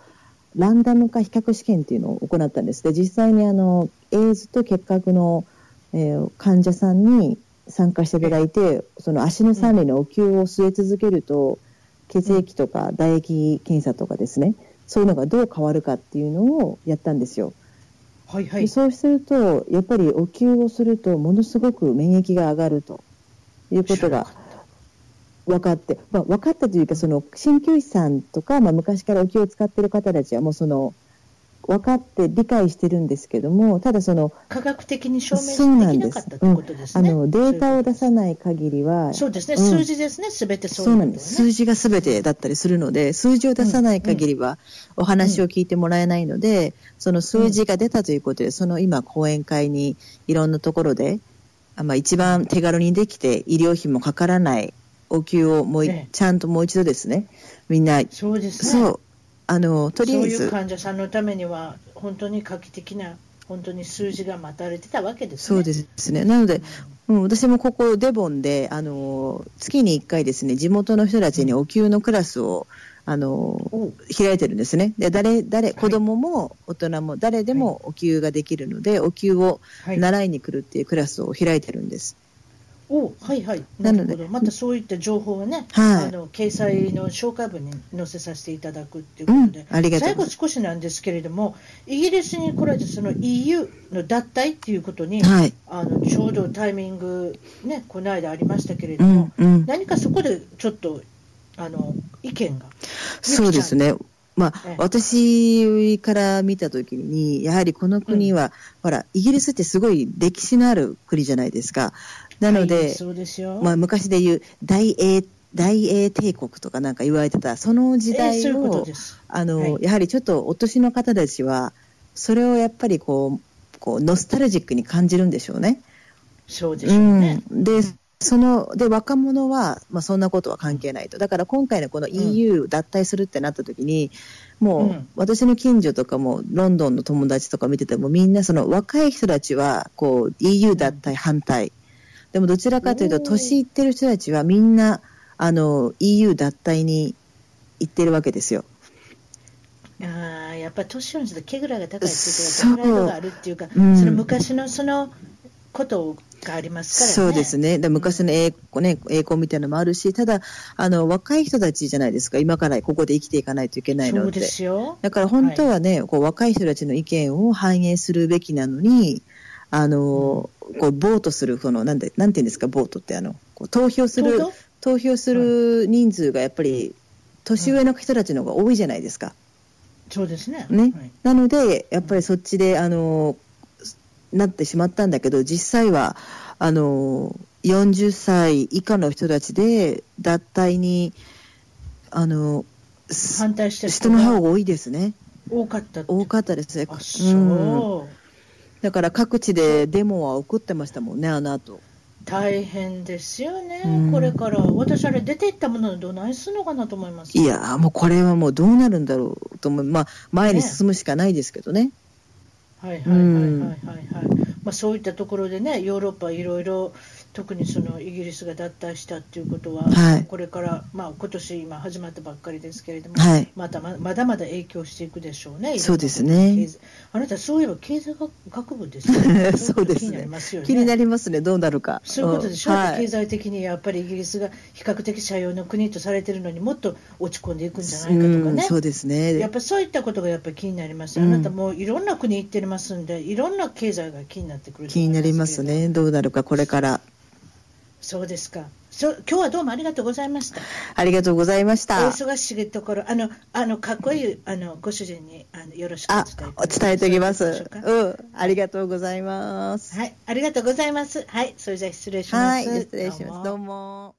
Speaker 4: ランダム化比較試験っていうのを行ったんです。で、実際にあの、エイズと結核の、えー患者さんに参加していただいて、その足の三里のお灸を据え続けると、血液とか唾液検査とかですね、そういうのがどう変わるかっていうのをやったんですよ。
Speaker 5: はいは
Speaker 4: でそうすると、やっぱりお灸をすると、ものすごく免疫が上がるということが分かって、まあ、分かったというか、その鍼灸師さんとか、まあ、昔からお灸を使っている方たちは、もうその分かって理解してるんですけども、ただその、
Speaker 1: 科学的に証明
Speaker 4: そうな
Speaker 1: で
Speaker 4: ん
Speaker 1: き
Speaker 4: で
Speaker 1: な
Speaker 4: す
Speaker 1: かったということです
Speaker 4: あ
Speaker 1: ね。
Speaker 4: のデータを出さない限りは、
Speaker 1: そうですね、
Speaker 4: うん
Speaker 1: 数字ですね、すべてそう
Speaker 4: そう
Speaker 1: い
Speaker 4: な
Speaker 1: うんこ
Speaker 4: で
Speaker 1: とはね。
Speaker 2: 数字が全てだったりするので数字を出さない限りはお話を聞いてもらえないので、その数字が出たということでその今講演会にいろんなところで、あまあ、一番手軽にできて医療費もかからないお給をもうい、
Speaker 1: ええ
Speaker 2: ちゃんともう一度ですねみんな、
Speaker 1: そうですね。
Speaker 2: そうあのとりあえ
Speaker 1: そういう
Speaker 2: ず
Speaker 1: 患者さんのためには、本当に画期的な、本当に数字が待たれてたわけですね。
Speaker 2: そうですね。なので、うん、私もここデボンで、あのー、月に1回ですね、地元の人たちにお給のクラスを、あのー、
Speaker 1: おう
Speaker 2: 開いてるんですね。で、誰、誰、子供も大人も誰でもお給ができるので、お給を
Speaker 1: はい、
Speaker 2: 習いに来るっていうクラスを開いてるんです。
Speaker 1: おうはいはい、な
Speaker 2: な
Speaker 1: る
Speaker 2: ので
Speaker 1: ほど、またそういった情報はね、
Speaker 2: はい
Speaker 1: あの掲載の紹介文に載せさせていただくっていうこと
Speaker 2: うん
Speaker 1: で、、
Speaker 2: ありがと
Speaker 1: 最
Speaker 2: うご
Speaker 1: 後
Speaker 2: ざい
Speaker 1: 少しなんですけれども、イギリスにこれその EU の脱退っていうことに、
Speaker 2: ます。はい。
Speaker 1: あのちょうどタイミング、ね、この間ありましたけれ
Speaker 2: う
Speaker 1: ども、
Speaker 2: ん、うん。
Speaker 1: 何かそこでちょっとあの意見が、
Speaker 2: そうですね。まあ
Speaker 1: ええ、
Speaker 2: 私から見たときに、やはりこの国は、ほら、イギリスってすごい歴史のある国じゃないですか。なので、
Speaker 1: はいそうですよ、
Speaker 2: まあ、昔で言う大英大英帝国とかなんか言われてたその時
Speaker 1: えー
Speaker 2: 代
Speaker 1: そういうこ
Speaker 2: を、
Speaker 1: とです。
Speaker 2: あの
Speaker 1: はい
Speaker 2: やはりちょっとお年の方たちはそれをやっぱりこうこうノスタルジックに感じるんでしょうね。
Speaker 1: そうでしょうね。
Speaker 2: うん、でそので若者は、まあ、そんなことは関係ないとだから今回のこの EU 脱退するってなった時に、もう、
Speaker 1: うん
Speaker 2: 私の近所とかもロンドンの友達とか見ててもみんなその若い人たちはこう EU 脱退反対、でもどちらかというと
Speaker 1: おー
Speaker 2: 年いってる人たちはみんなあの EU 脱退に行ってるわけですよ。
Speaker 1: ああやっぱ年を取ると毛ぐらいが高いっていうか、プライドがあるっていうか、そ
Speaker 2: うん
Speaker 1: の昔のそのことがありますか
Speaker 2: そ
Speaker 1: らね。
Speaker 2: うですね。で昔の栄光,、ね、栄光みたいなのもあるし、ただ、あの、若い人たちじゃないですか。今からここで生きていかないといけない
Speaker 1: そ
Speaker 2: の
Speaker 1: う
Speaker 2: で。
Speaker 1: ですよ。
Speaker 2: だから本当はね、こう若い人たちの意見を反映するべきなのに、あの、こう、ボートする、この、なんで、なんていうんですか、ボートって、あの、こう投票する
Speaker 1: ちょう、
Speaker 2: 投票する人数がやっぱり、年上の人たちの方が多いじゃないですか。
Speaker 1: どそうですね。
Speaker 2: ね
Speaker 1: はい
Speaker 2: なので、やっぱりそっちで、あの、なってしまったんだけど、実際は、あの、40歳以下の人たちで、脱退に、あの、す
Speaker 1: 反対してる
Speaker 2: 人
Speaker 1: 人
Speaker 2: の方
Speaker 1: が
Speaker 2: が多いですね。
Speaker 1: 多かったって
Speaker 2: 多かったですね。
Speaker 1: あそう、
Speaker 2: んだから各地でデモは起こってましたもんね、あの後。
Speaker 1: 大変ですよね、
Speaker 2: うん
Speaker 1: これから私あれ出ていったもののどないするのかなと思います
Speaker 2: いやー、もうこれはもうどうなるんだろうと思う。まあ、前に進むしかないですけどね。
Speaker 1: はいはいはいはいはいはい、まあ、そういったところでねヨーロッパいろいろ特にそのイギリスが脱退したっていうことは、
Speaker 2: はい
Speaker 1: これから、まあ、今年今始まったばっかりですけれども、
Speaker 2: はい。
Speaker 1: またままだまだ影響していくでしょうね、
Speaker 2: そうです
Speaker 1: 経
Speaker 2: ね。
Speaker 1: 済あなた、そういえば経済学学部ですよね
Speaker 2: <laughs> そうです
Speaker 1: 気
Speaker 2: ね
Speaker 1: になりますよね
Speaker 2: 気になりますね、どうなるか。
Speaker 1: そういうことでしょ、
Speaker 2: んはい
Speaker 1: 経済的にやっぱりイギリスが比較的斜陽の国とされているのにもっと落ち込んでいくんじゃないかとか
Speaker 2: うん
Speaker 1: ね、
Speaker 2: そうですね。
Speaker 1: やっぱそういったことがやっぱり気になります、
Speaker 2: うん
Speaker 1: あなたもういろんな国行ってますんで、いろんな経済が気になってくると
Speaker 2: 気
Speaker 1: 思い
Speaker 2: に
Speaker 1: け
Speaker 2: な
Speaker 1: れ
Speaker 2: り
Speaker 1: ど
Speaker 2: ます。ね。どうなるか、これから。
Speaker 1: そうですかそ今日はどうもありがとうございました。
Speaker 2: ありがとうございまし
Speaker 1: お
Speaker 2: た。
Speaker 1: 忙しいところ、あの、あのかっこいいあのご主人にあのよろしくお
Speaker 2: あ
Speaker 1: 伝えいただき、ます
Speaker 2: 伝えておき
Speaker 1: よろしいで。しょう
Speaker 2: ます
Speaker 1: か
Speaker 2: うん。ありがとうございます。
Speaker 1: はい、ありがとうございます。はい、それじゃあ失礼しま
Speaker 2: はい。
Speaker 1: す。
Speaker 2: 失礼します。どうも。